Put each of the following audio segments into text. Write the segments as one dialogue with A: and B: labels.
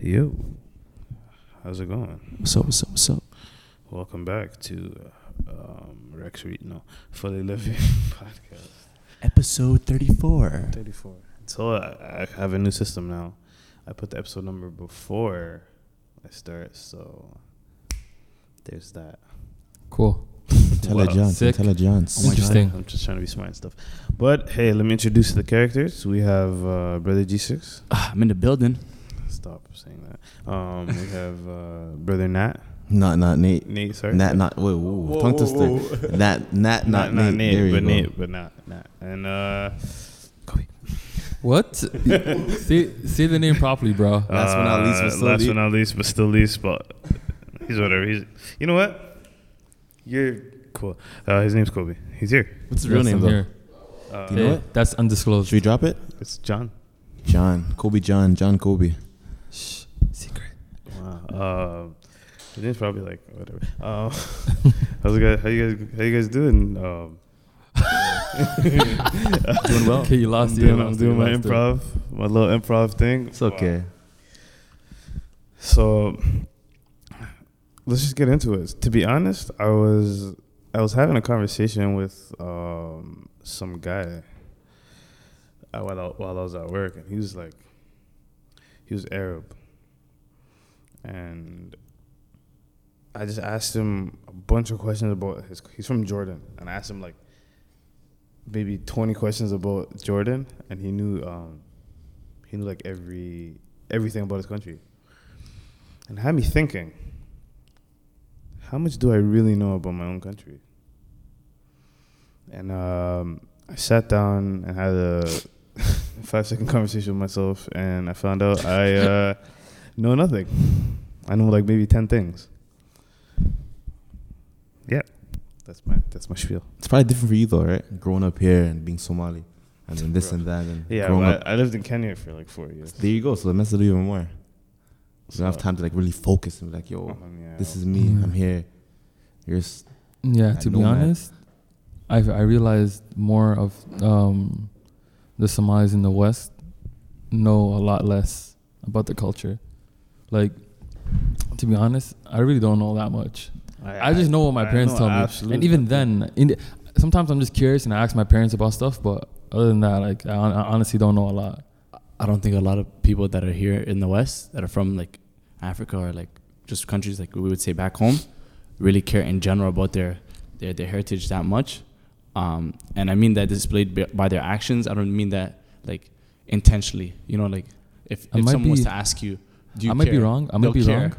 A: Yo, how's it going?
B: What's up? What's up? What's up?
A: Welcome back to um, Rex Reed, no, Fully Living Podcast
B: Episode 34.
A: 34. So I, I have a new system now. I put the episode number before I start, so there's that.
C: Cool.
B: Intelligence.
C: Sick.
B: Intelligence.
C: Oh my God. Interesting.
A: I'm just trying to be smart and stuff. But hey, let me introduce the characters. We have uh, Brother G6.
B: Ah, I'm in the building.
A: Stop saying that. Um, we have uh, Brother Nat.
D: Not not Nate.
A: Nate, sorry.
D: Nat not wait, whoa, tongue twister. Nat nat
A: not,
D: not,
A: not
D: Nate. There
A: Nate,
D: you
A: but
D: go.
A: Nate, but not not. And uh,
C: What? say, say the name properly, bro.
D: Last but not least, but
A: uh,
D: still
A: last but
D: least.
A: not least, but still least, but he's whatever. He's you know what? You're cool. Uh, his name's Kobe. He's here.
D: What's his real
C: Yes,
D: name
C: I'm
D: though?
C: here.
A: Uh,
D: You know
C: Hey,
D: what?
C: That's undisclosed.
D: Should we drop it?
A: It's John.
D: John. Kobe John. John Kobe.
C: Shh. Secret.
A: Wow. Uh, his name's probably like whatever. Uh, how's it guys? How you guys? How you guys doing? Um,
C: Doing well. Okay, you lost
A: I'm
C: it,
A: doing,
C: you
A: I'm
C: lost it,
A: doing
C: you
A: my
C: lost it.
A: improv, my little improv thing.
D: It's okay.
A: So let's just get into it. To be honest, I was I was having a conversation with um, some guy uh, while I, while I was at work, and he was like, he was Arab, and I just asked him a bunch of questions about his. He's from Jordan, and I asked him like maybe twenty questions about Jordan, and he knew um, he knew like every everything about his country and had me thinking how much do i really know about my own country and um, i sat down and had a five second conversation with myself and i found out i uh, know nothing i know like maybe 10 things yeah that's my that's my spiel
D: It's probably different for you though, right? Growing up here and being Somali. And then this
A: Bro.
D: and that and
A: yeah
D: growing
A: well,
D: up.
A: I, I lived in kenya for like four years
D: There you go. So it messes with you even more. You
A: So-
D: don't have time to like really focus and be like, yo,
A: Um, yeah.
D: this is me. I'm here. You're s-
C: Yeah,
D: I
C: to be
D: know, man.
C: honest, I I realized more of um, the Somalis in the West know a lot less about the culture. Like, to be honest, I really don't know that much. I just know what my
A: I
C: parents
A: know
C: tell me, and
A: absolutely
C: even
A: nothing.
C: then, in the, sometimes I'm just curious and I ask my parents about stuff. But other than that, like I, hon- I honestly don't know a lot.
E: I don't think a lot of people that are here in the West that are from like Africa or like just countries like we would say back home really care in general about their their, their heritage that much. Um, and I mean that displayed by- by their actions. I don't mean that like intentionally. You know, like if,
C: I
E: if
C: might
E: someone was
C: be-
E: to ask you, do you
C: I might be
E: care?"
C: wrong. I might
E: They'll
C: be
E: care,
C: wrong.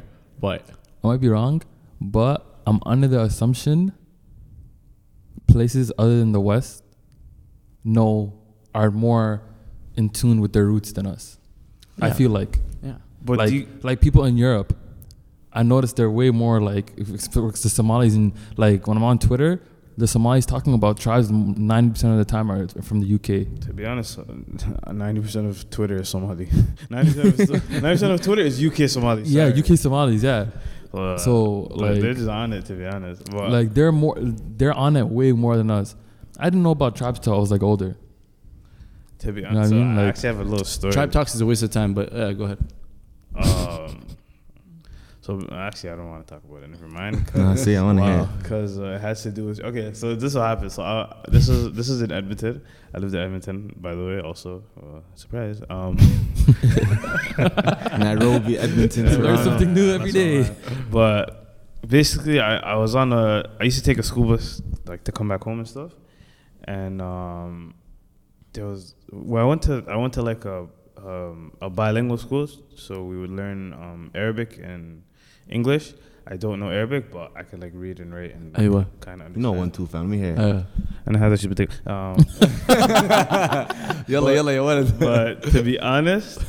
E: But
C: I might be wrong, but I'm under the assumption places other than the West know are more in tune with their roots than us. I
E: Yeah.
C: feel like,
E: yeah,
A: but
C: like,
A: do you,
C: like people in Europe, I noticed they're way more like if it's for the Somalis and like when I'm on Twitter, the Somalis talking about tribes ninety percent of the time are from the UK.
A: To be honest, uh, ninety percent of Twitter is Somali. Ninety percent of Twitter is UK Somali.
C: Yeah,
A: sorry.
C: UK Somalis. Yeah,
A: Uh,
C: so,
A: but
C: like-
A: they're just on it. To be honest, but
C: like they're more they're on it way more than us. I didn't know about tribes till I was like older.
A: to be
C: know what I
A: honest, so I,
C: mean? Like-
A: actually have a little story.
E: tribe talks is a waste of time. But uh, go ahead.
A: Um, so actually, I don't want to talk about it. Never mind.
D: Nah, see, I wanna hear
A: Because uh, it has to do with okay. So this will happen. So I, this is this is in Edmonton. I lived in Edmonton, by the way. Also, uh, surprise. Um,
D: Nairobi, Edmonton,
A: Yeah,
D: Toronto.
C: Learn something new every
A: that's all
C: day.
A: right. But basically, I, I was on a. I used to take a school bus like to come back home and stuff, and um, there was well, I went to I went to like a um, a bilingual school, so we would learn um, Arabic and English. I don't know Arabic, but I can like read and write and
E: Aywa.
A: kind of
D: Oh, You know one two fam. We here.
E: Uh,
A: and how that should be taken. Um,
D: Yalla, yalla, yalla, what is-
A: but to be honest,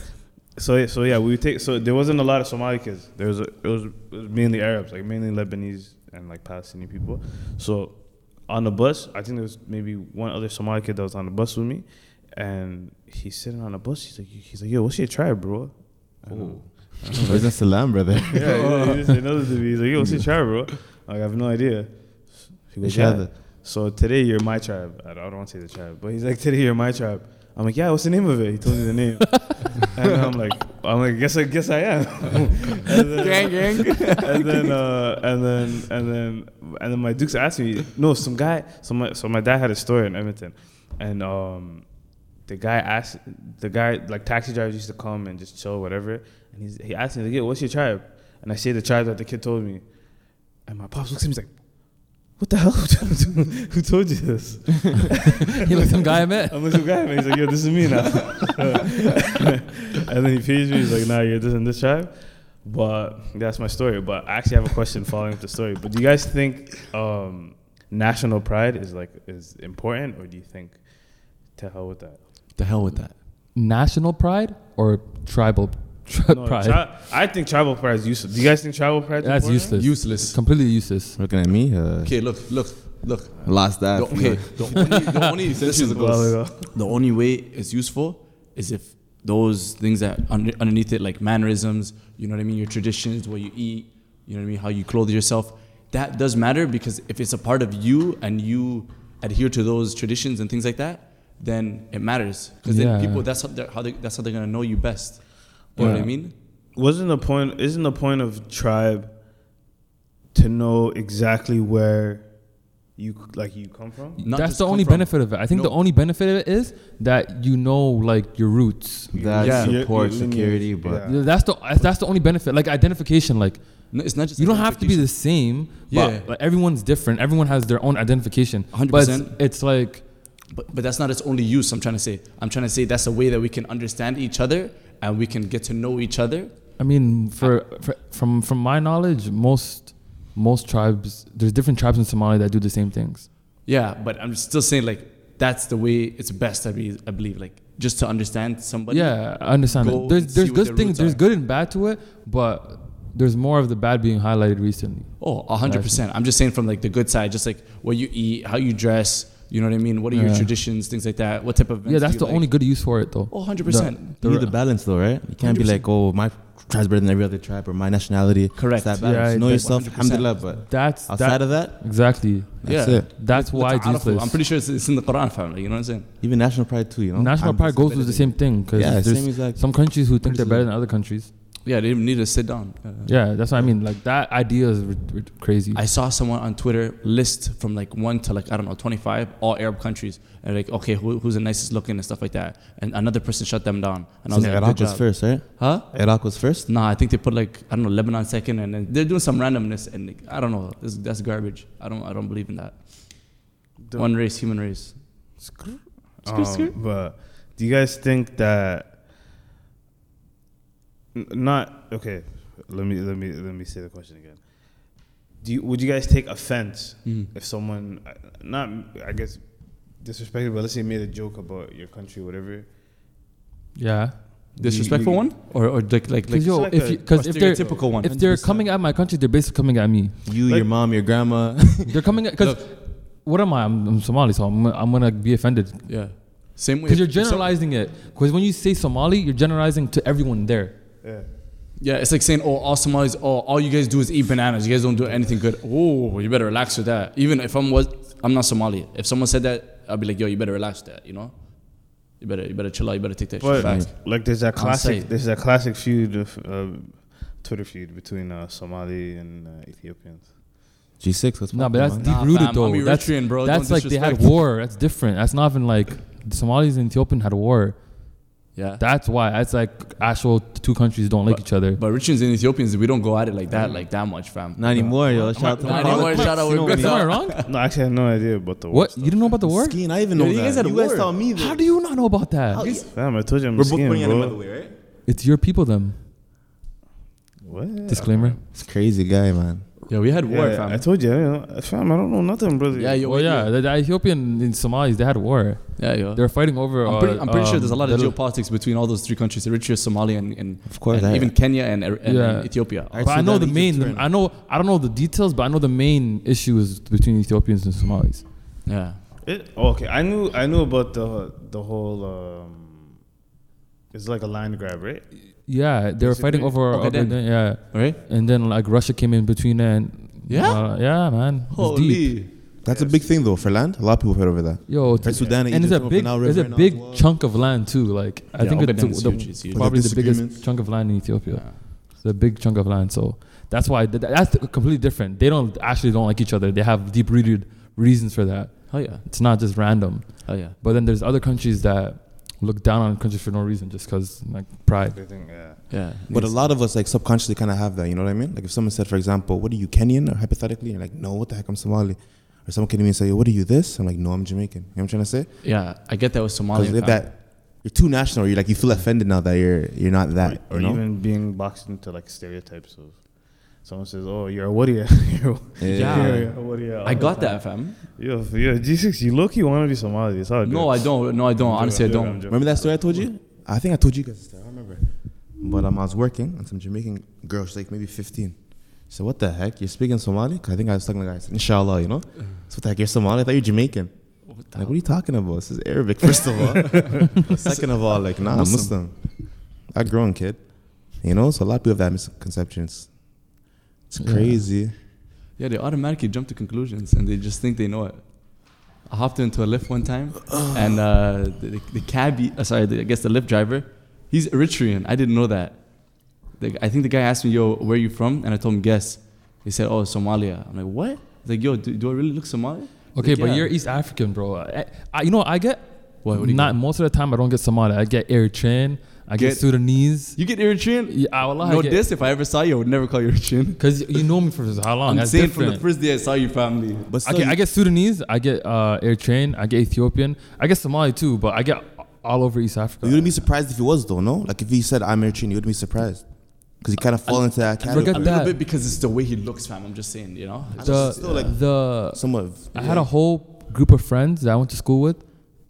A: so so yeah, we take so there wasn't a lot of Somali kids. There was a, it was it was mainly Arabs, like mainly Lebanese and like Palestinian people. So on the bus, I think there was maybe one other Somali kid that was on the bus with me, and he's sitting on the bus. He's like, he's like, yo, what's your tribe, bro? And I'm-
D: Oh. Where's the salam, brother?
A: yeah, he- he just another to me. He's like, yo, what's your tribe, bro? Like, I have no idea. He goes,
D: Each
A: yeah.
D: other.
A: So today you're my tribe. I don't, I don't want to say the tribe, but he's like, today you're my tribe. I'm like, yeah, what's the name of it? He told me the name, and I'm like, I'm like, guess I guess I am. and then,
E: Gang, gang.
A: and then uh, and then and then and then my Dukes asked me, no, some guy, so my so my dad had a store in Edmonton, and um, the guy asked the guy like taxi drivers used to come and just chill whatever, and he's, he asked me, like, yeah, what's your tribe? And I say the tribe that the kid told me, and my pops looks at me he's like. What the hell? Who told you this?
C: he like some guy I met.
A: I'm like some guy, man. He's like, yo, this is me now. and then he pays me. He's like, nah, you're this and this tribe. But that's my story. But I actually have a question following up the story. But do you guys think um, national pride is like is important, or do you think to hell with that?
B: The hell with that.
C: National pride or tribal tri-
A: No,
C: pride?
A: tri- I think tribal pride is useless. Do you guys think tribal pride? Is
C: That's
A: important?
C: useless.
B: Useless.
C: Completely useless.
D: Looking at me. Uh,
B: Okay, look, look, look.
D: Last that.
B: The, okay, the only, the only
A: This
B: essentials
A: is a while
B: goes.
A: ago.
E: the only way it's useful is if those things that under, underneath it, like mannerisms, you know what I mean, your traditions, what you eat, you know what I mean, how you clothe yourself, that does matter because if it's a part of you and you adhere to those traditions and things like that, then it matters because
C: Yeah.
E: then people that's how they're, how they that's how they're gonna know you best. You know what
A: Yeah.
E: I mean?
A: Wasn't the point? Isn't the point of tribe to know exactly where you like you come from?
E: Not
C: That's
E: just
C: the
E: come
C: only
E: from-
C: benefit of it. I think
E: No.
C: the only benefit of it is that you know like your roots.
D: That
E: Yeah.
D: support
A: Yeah, yeah,
D: security,
A: yeah.
D: but
A: Yeah.
C: That's the that's the only benefit. Like identification. Like
E: No, it's not just
C: you
E: like
C: don't have to be
E: expectations.
C: the same.
E: Yeah.
C: But like, everyone's different. Everyone has their own identification.
E: 100%.
C: But it's, it's like
E: But, but that's not its only use. I'm trying to say. I'm trying to say that's a way that we can understand each other and we can get to know each other.
C: I mean, for, for from from my knowledge, most most tribes there's different tribes in Somalia that do the same things.
E: Yeah, but I'm still saying like that's the way it's best. I believe. I believe like just to understand somebody.
C: yeah, I understand.
E: go
C: That. There's
E: and
C: there's
E: see what
C: good
E: their
C: things.
E: roots
C: There's
E: are.
C: good and bad to it, but there's more of the bad being highlighted recently.
E: Oh, a hundred percent. I'm just saying from like the good side, just like what you eat, how you dress. You know what I mean? What are your
C: Yeah.
E: traditions, things like that? What type of events
C: yeah,
E: do
C: that's
E: you
C: the
E: like?
C: only good use for it though.
E: Oh, 100%.
D: you need the balance though, right? You can't be like, oh, my tribe's better than every other tribe or my nationality.
E: Correct.
D: It's that balance.
C: Yeah,
D: know
E: that-
D: yourself.
E: 100%.
D: Alhamdulillah, but
C: That's
D: outside
C: that,
D: of that,
C: exactly.
D: that's
E: Yeah.
D: it.
C: That's why
E: That's
C: it's
E: arafah.
C: useless.
E: I'm pretty sure it's, it's in the Quran family. You know what I'm saying?
D: Even national pride too, you know.
C: National
D: I'm
C: pride goes through the
D: disability.
C: same thing because
D: Yeah,
C: there's
D: same exact.
C: some countries who think they're
D: Criticism.
C: better than other countries.
E: Yeah, they didn't need to sit down.
C: Yeah, that's what I mean. Like that idea is r- r- crazy.
E: I saw someone on Twitter list from like one to like I don't know 25 all Arab countries and like okay who, who's the nicest looking and stuff like that and another person shut them down and I was
D: Isn't
E: like
D: Iraq
E: good
D: was
E: job.
D: first, right?
E: huh
D: Iraq was first.
E: nah I think they put like I don't know Lebanon second and then they're doing some randomness and like, I don't know this, that's garbage I don't I don't believe in that
A: Don't-
E: one race human race
A: Um, But do you guys think that n- not okay? Let me let me let me say the question again. Do you, would you guys take offense if someone uh, not I guess disrespected, but let's say made a joke about your country, whatever?
C: yeah.
E: disrespectful
A: You-
E: one or or like like, like
C: Because yo,
A: like
C: if
A: a-
C: you, cause
E: a
C: if they're
E: stereotypical one.
C: if they're
E: 100%.
C: coming at my country, they're basically coming at me.
D: You,
A: Like-
D: your mom, your grandma.
C: They're coming at because what am I? I'm, I'm Somali, so I'm, I'm gonna be offended
E: yeah same way
C: because you're
E: if- if some-
C: generalizing it. Because when you say Somali, you're generalizing to everyone there.
A: Yeah.
E: Yeah, it's like saying, oh, all Somalis, oh, all you guys do is eat bananas. You guys don't do anything good. Oh, you better relax with that. Even if I'm was, I'm not Somali. If someone said that, I'd be like, yo, you better relax with that. You know, you better, you better chill out. You better take that shit
A: But
E: back.
A: like, there's that
E: I'll say-
A: classic. There's that classic feud, of, uh, Twitter feud between uh, Somali and uh, Ethiopians.
D: G6, what's
C: No, but that's
D: poppin', man?
C: deep
E: Nah,
C: rooted
E: fam,
C: though.
E: I'm
C: that's
E: Eritrean, bro.
C: that's
E: Don't
C: like they had
E: disrespect.
C: war. That's different. That's not even like the Somalis and Ethiopian had a war.
E: Yeah,
C: That's why. That's like actual two countries don't like each other.
E: but Richards and Ethiopians, we don't go at it like that, like that much, fam.
D: Not anymore, yo. Shout out to
E: Not
D: my
E: anymore.
D: brother.
E: Shout out.
D: You know
E: We're
C: Am
E: good.
D: what
C: I wrong?
A: No, actually, I have no idea about the war
C: What
A: stuff.
C: you didn't know about the war?
D: Skiing, I even know
E: Yeah, you guys
D: that.
E: had a
D: You guys
E: war.
D: tell me this.
C: How do you not know about that?
A: Damn, I told you I'm
D: We're both
A: skinny,
D: putting it
A: bro.
D: another way, right?
C: It's your people, them.
A: What?
C: Disclaimer.
D: It's crazy guy, man.
E: Yeah, we had war,
A: Yeah,
E: fam.
A: I told you, I, don't know- fam, I don't know nothing, brother.
E: yeah, yo,
C: Well,
E: we-
C: yeah, the, the Ethiopian and Somalis they had war.
E: yeah, yo.
C: They're fighting over.
E: I'm
C: uh,
E: pretty, I'm pretty sure there's a
C: um,
E: lot of
C: the-
E: geopolitics between all those three countries: Eritrea, Somalia, and, and
D: Of course,
E: and
D: I-
E: even Kenya and, and
C: Yeah.
E: Ethiopia.
D: I-
C: But I know
D: Sudan,
C: the main.
D: Egypt,
C: I know. I don't know the details, but I know the main issue is between Ethiopians and Somalis.
E: Yeah,
A: It- oh, okay, I knew, I knew about the the whole. Um, it's like a land grab, right?
C: Yeah, they were fighting over. over
E: Ogaden.
C: the- yeah,
E: right.
C: and then like Russia came in between and.
E: Yeah?
C: uh, yeah, man. It's deep.
E: Holy.
D: That's a big thing though for land. A lot of people fight over that.
C: Yo, it's-
D: For Sudan
C: and it's a big, it's a big chunk of land too. Like I
E: Yeah,
C: think it's,
E: Ogaden's
C: the,
E: huge, it's huge.
C: probably
D: With
C: the
D: the
C: biggest
D: disagreements.
C: chunk of land in Ethiopia. It's a big chunk of land, so that's why th- that's completely different. They don't actually don't like each other. They have deep-rooted reasons for that.
E: Hell Oh, yeah.
C: It's not just random.
E: Hell yeah.
C: But then there's other countries that look down on countries for no reason, just because like pride.
A: They think, yeah.
E: Yeah.
D: But a lot of us like subconsciously kind of have that. You know what I mean? Like if someone said, for example, "What are you Kenyan?" or hypothetically, you're like, "No, what the heck? I'm Somali." Or someone can even say, "What are you this?" I'm like, "No, I'm Jamaican." You know what I'm trying to say?
E: Yeah, I get that with
D: Because
E: Somalia.
D: if that you're too national, or you're like you feel offended now that you're you're not that.
A: or, or
D: you know?
A: even being boxed into like stereotypes of someone says, "Oh, you're a Wadia." you're,
E: Yeah.
A: you're a Wadia.
E: I got that, fam.
A: Yo, f- yo, G6, you look, you want to be Somali. That's how it
E: No, I
A: goes.
E: don't. No, I don't. Honestly, I
A: I'm
E: don't.
A: joking.
D: Remember that story I told you? I think I told you guys. this story, I don't remember. But um, I was working and some Jamaican girl, she's like maybe 15. She said, "What the heck? You're speaking Somali?" 'Cause I think I was talking like, I said, "Inshallah," you know.
A: Uh-huh.
D: So what the heck? You're Somali? I thought you're Jamaican. like, what are you talking about? This is Arabic, first of all. Second of all, like, nah, I'm Muslim. I grown kid. You know, so a lot of people have that misconception. It's, it's
C: Yeah.
D: crazy.
E: Yeah, they automatically jump to conclusions and they just think they know it. I hopped into a lift one time, and uh, the, the cabbie, uh, sorry, the, I guess the lift driver, he's Eritrean. I didn't know that. The, I think the guy asked me, "Yo, where are you from?" And I told him, "Guess." He said, "Oh, Somalia." I'm like, "What?" He's like, "Yo, do, do I really look Somali?"
C: Okay,
E: Like,
C: but
E: yeah.
C: you're East African, bro. I, I, you know what I get
E: What, what do you
C: not
E: get?
C: most of the time. I don't get Somali. I get Eritrean. I get,
E: Get-
C: Sudanese.
E: You get Eritrean?
C: Yeah, I, wallah, I
E: no,
C: get-
E: this if I ever saw you, I would never call you Eritrean.
C: Cause you know me for how long?
E: I'm
C: That's
E: saying
C: different.
E: from the first day I saw you, family.
D: But
C: I
D: still,
C: get,
D: you-
C: I get Sudanese, I get uh, Eritrean, I get Ethiopian, I get Somali too, but I get all over East Africa.
D: you wouldn't be surprised if he was, though, no? Like, if he said, I'm Eritrean, you wouldn't be surprised. Because he kind of fall into that category.
C: forget
E: a
C: that.
E: little bit because it's the way he looks, fam. I'm just saying, you know.
C: the,
D: still like-
C: the
D: Somewhat.
C: I had a whole group of friends that I went to school with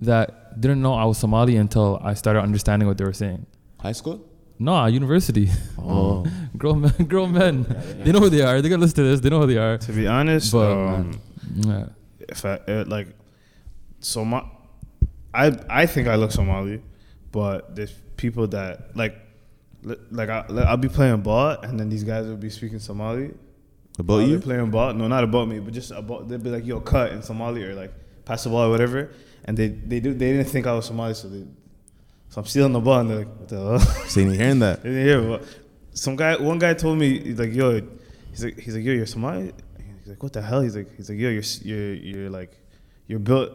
C: that didn't know I was Somali until I started understanding what they were saying.
D: High school?
C: Nah, university. Oh, grown men, grown men. They know who they are. They're gonna listen to this. They know who they are.
A: To be honest,
C: But,
A: um,
C: Yeah.
A: if I uh, like, Soma, I I think I look Somali, but there's people that like, li- like I, like, I'll be playing ball, and then these guys will be speaking Somali.
D: About
A: while
D: you?
A: they're playing ball. No, not about me, but just about. They'd be like, "Yo, cut" in Somali or like pass the ball or whatever. And they they do they didn't think I was Somali, so they. So I'm stealing the ball, and they're like, "What the hell?"
D: Saying you're hearing that.
A: They didn't hear. But some guy, one guy told me, he's like, yo, he's like, he's like, yo, you're Somali. He's like, what the hell? He's like, he's like, yo, you're s- you're you're like, you're built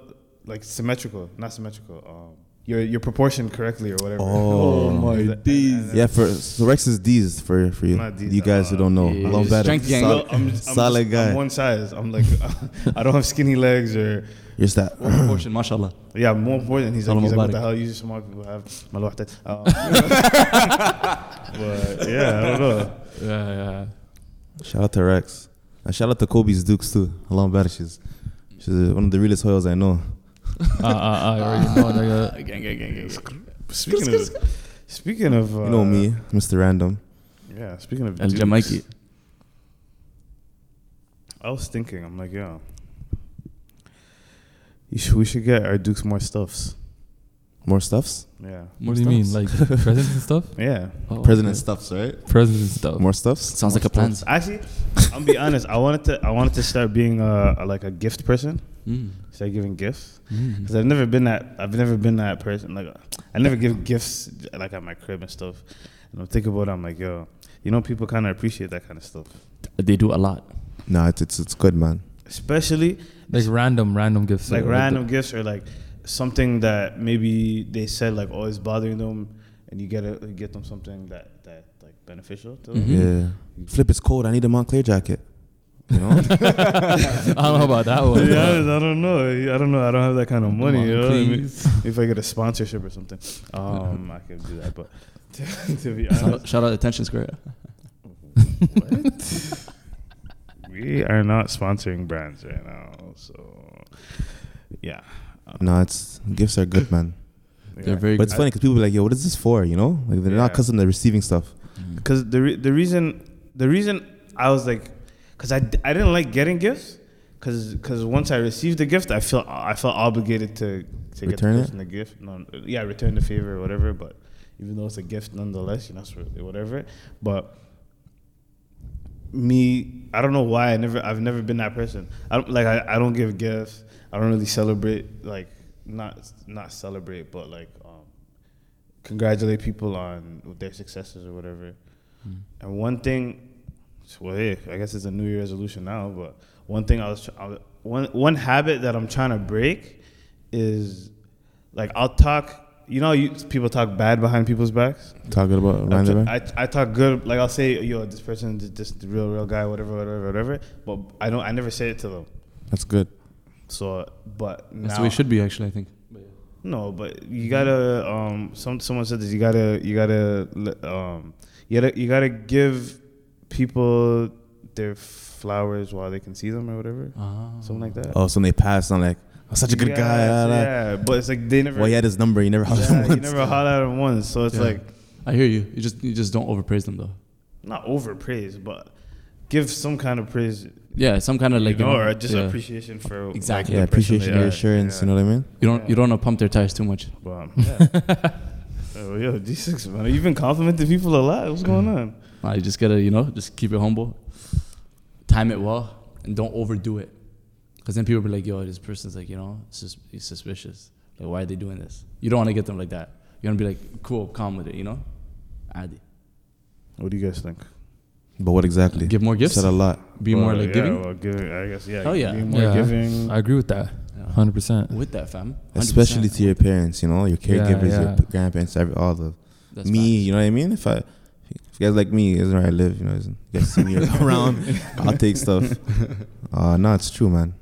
A: like symmetrical, not symmetrical. Um, you're you're proportioned correctly or whatever.
D: Oh,
A: my
E: days.
D: Yeah, for so Rex is D's for for you,
A: Not D's,
D: you guys who don't know.
E: Yeah,
D: Love
E: just
D: that.
E: strength gang.
D: Solid,
A: I'm, I'm,
D: solid
A: just-
D: guy.
A: I'm one size. I'm like, I don't have skinny legs or
D: you're just that.
E: What proportion, mashallah.
A: yeah. More important, he's like,
E: Allah
A: he's like, what
E: Mubarak.
A: the hell? Usually Somali people have malwahta. Um, but yeah, I don't know.
C: Yeah, yeah.
D: Shout out to Rex. And shout out to Kobe's Dukes too. Alon Bad. She's she's one of the realest hoyas I know.
C: Uh, uh, uh, I already know, uh, nigga.
E: Gang, gang, gang, gang, gang.
A: Speaking of speaking of uh,
D: You know me, Mr. Random.
A: Yeah, speaking of
E: El
A: dukes,
E: Jamaiki.
A: I was thinking, I'm like, yo, you should, we should get our Dukes more stuffs.
D: More stuffs.
A: Yeah,
C: What do you mean, like presents and stuff?
A: yeah.
C: Oh,
D: President stuffs, right?
C: okay. presents and stuff.
D: More stuffs.
E: Sounds like a plan.
A: Actually, I'll be honest. I wanted to, I wanted to start being a, a- like a gift person.
E: Mm.
A: Start giving gifts
E: Mm.
A: because I've never been that. I've never been that person. Like, I never give gifts like at my crib and stuff. And I'm thinking about it. I'm like, yo, you know, people kind of appreciate that kind of stuff,
E: They do a lot.
D: Nah, it's it's, it's good, man.
A: especially
C: Like random, random gifts.
A: like
C: uh,
A: random gifts or like something that maybe they said like always bothering them, and you get a, get them something that that like beneficial to
C: Mm-hmm.
A: them.
D: Yeah. Flip, it's cold. I need a Montclair jacket. You know,
C: I don't know about that one.
A: To be honest, I don't know. I don't know. I don't have that kind of money.
C: on,
A: you know what I mean?
C: please.
A: If I get a sponsorship or something, um, I could do that. But to be
E: Shout
A: honest,
E: out- Shout out Attention Square.
A: we are not sponsoring brands right now. So yeah,
D: no, it's gifts are good, man.
E: They're very
D: But it's
E: good.
D: funny because people be like, yo, what is this for? You know, like they're not
A: Yeah.
D: accustomed to receiving stuff.
A: because the re- the reason the reason I was like, because I, d- I didn't like getting gifts, because once I received the gift, I feel I felt obligated to to
D: Return
A: get
D: it?
A: the person the gift. No, yeah, return the favor or whatever. But even though it's a gift, nonetheless, you know, it's whatever. But me, I don't know why I never I've never been that person. I don't like I, I don't give gifts. I don't really celebrate like not not celebrate, but like um, congratulate people on their successes or whatever. And one thing, well, hey, I guess it's a New Year resolution now, but one thing I was, tr- I was one one habit that I'm trying to break is like I'll talk. You know, how you, people talk bad behind people's backs.
D: Talking about
A: I'm
D: random.
A: tr- I, I talk good. Like I'll say, yo, this person, is just the real, real guy, whatever, whatever, whatever. But I don't. I never say it to them.
D: That's good.
A: So, but now
B: That's the way it should be, actually. I think.
A: no, but
D: Mm-hmm.
A: you gotta. Um, some someone said this. You gotta. You gotta. le- Um, you gotta. You gotta give people their flowers while they can see them or whatever.
E: Ah.
A: Something like that.
D: Oh, so when they pass, I'm like, I'm such a good
A: Yeah,
D: guy. ah, ah.
A: Yeah, but it's like they never.
D: Well, he had his number. He never
A: yeah,
D: hung
A: you never holler at them once. So it's
B: Yeah.
A: like
E: I hear you. You just you just don't overpraise them though.
A: not overpraise, but give some kind of praise.
E: Yeah, some kind of like
A: you know,
E: you,
A: or
E: know,
A: just
E: yeah.
A: appreciation for like,
E: Exactly.
A: the
D: Yeah,
A: person
D: appreciation,
A: they are.
D: reassurance.
A: Yeah.
D: You know what I mean?
E: you don't you
A: Yeah.
E: don't want to pump their tires too much.
A: But, um, yeah. oh, yo, D6 man, you've been complimenting people a lot. What's going on?
E: Nah, you just gotta you know just keep it humble, time it well, and don't overdo it, because then people be like, yo, this person's like you know sus- he's suspicious. Like why are they doing this? You don't want to get them like that. You want to be like cool, calm with it. You know, Adi.
A: What do you guys think?
D: But what exactly?
E: Give more gifts.
D: Said a lot.
E: Be more
A: Well,
E: like
A: yeah,
E: giving.
A: Well, giving, I guess, yeah.
E: Hell yeah.
A: Being more
C: Yeah.
A: giving.
C: I agree with that,
E: Yeah.
C: hundred percent.
E: With that fam, 100%.
D: Especially to your parents, you know, your
C: Yeah,
D: caregivers,
C: yeah.
D: your p- grandparents, every, all the
E: That's
D: me.
E: facts.
D: You know what I mean? If I, if you guys like me, isn't where I live. You know, isn't you guys see me around? I'll take stuff. Uh no, it's true, man.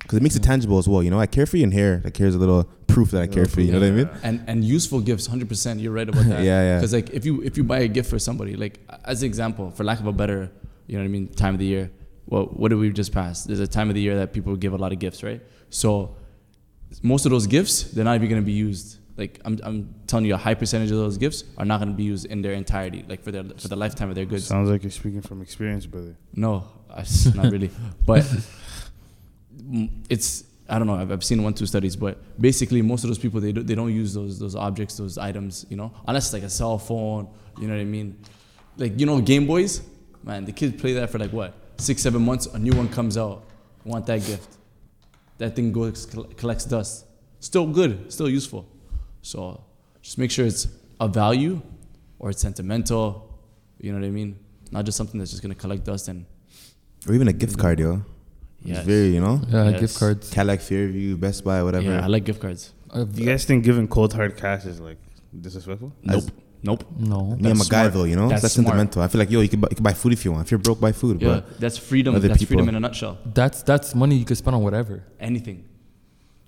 D: Because it makes it tangible as well. You know, I care for you in here. Like here's a little proof that I care for you. You know what I mean?
E: and and useful gifts 100% you're right about that
D: Yeah, yeah.
E: because like if you if you buy a gift for somebody like as an example for lack of a better you know what i mean time of the year well what did we just pass there's a time of the year that people give a lot of gifts right so most of those gifts they're not even going to be used like I'm, I'm telling you a high percentage of those gifts are not going to be used in their entirety like for their for the lifetime of their goods
A: Sounds like you're speaking from experience, brother.
E: no, I s not really. But mm, it's I don't know. I've, I've seen one two studies, but basically most of those people they do, they don't use those those objects, those items, you know, unless it's like a cell phone. You know what I mean? Like you know Game Boys, man. The kids play that for like what six seven months. A new one comes out. Want that gift? That thing goes coll- collects dust. Still good, still useful. So just make sure it's a value or it's sentimental. You know what I mean? Not just something that's just gonna collect dust and
D: Or even a gift card, yo.
E: Yes.
D: It's very, you know,
C: Yeah,
E: Yes.
C: gift cards. Uh,
D: Cadillac Fairview, Best Buy, whatever.
E: Yeah, I like gift cards.
C: I've-
A: Do you guys think giving cold hard cash is like disrespectful?
E: Nope. Nope.
C: no,
D: Me, I'm a
E: That's
D: guy
E: smart.
D: though, you know.
E: That's
D: That's,
E: smart.
D: sentimental. I feel like yo, you can, buy, you can buy food if you want. If you're broke, buy food.
E: Yeah,
D: But
E: that's freedom.
D: other
E: That's
D: people-
E: freedom in a nutshell.
C: that's that's money you could spend on whatever.
E: Anything.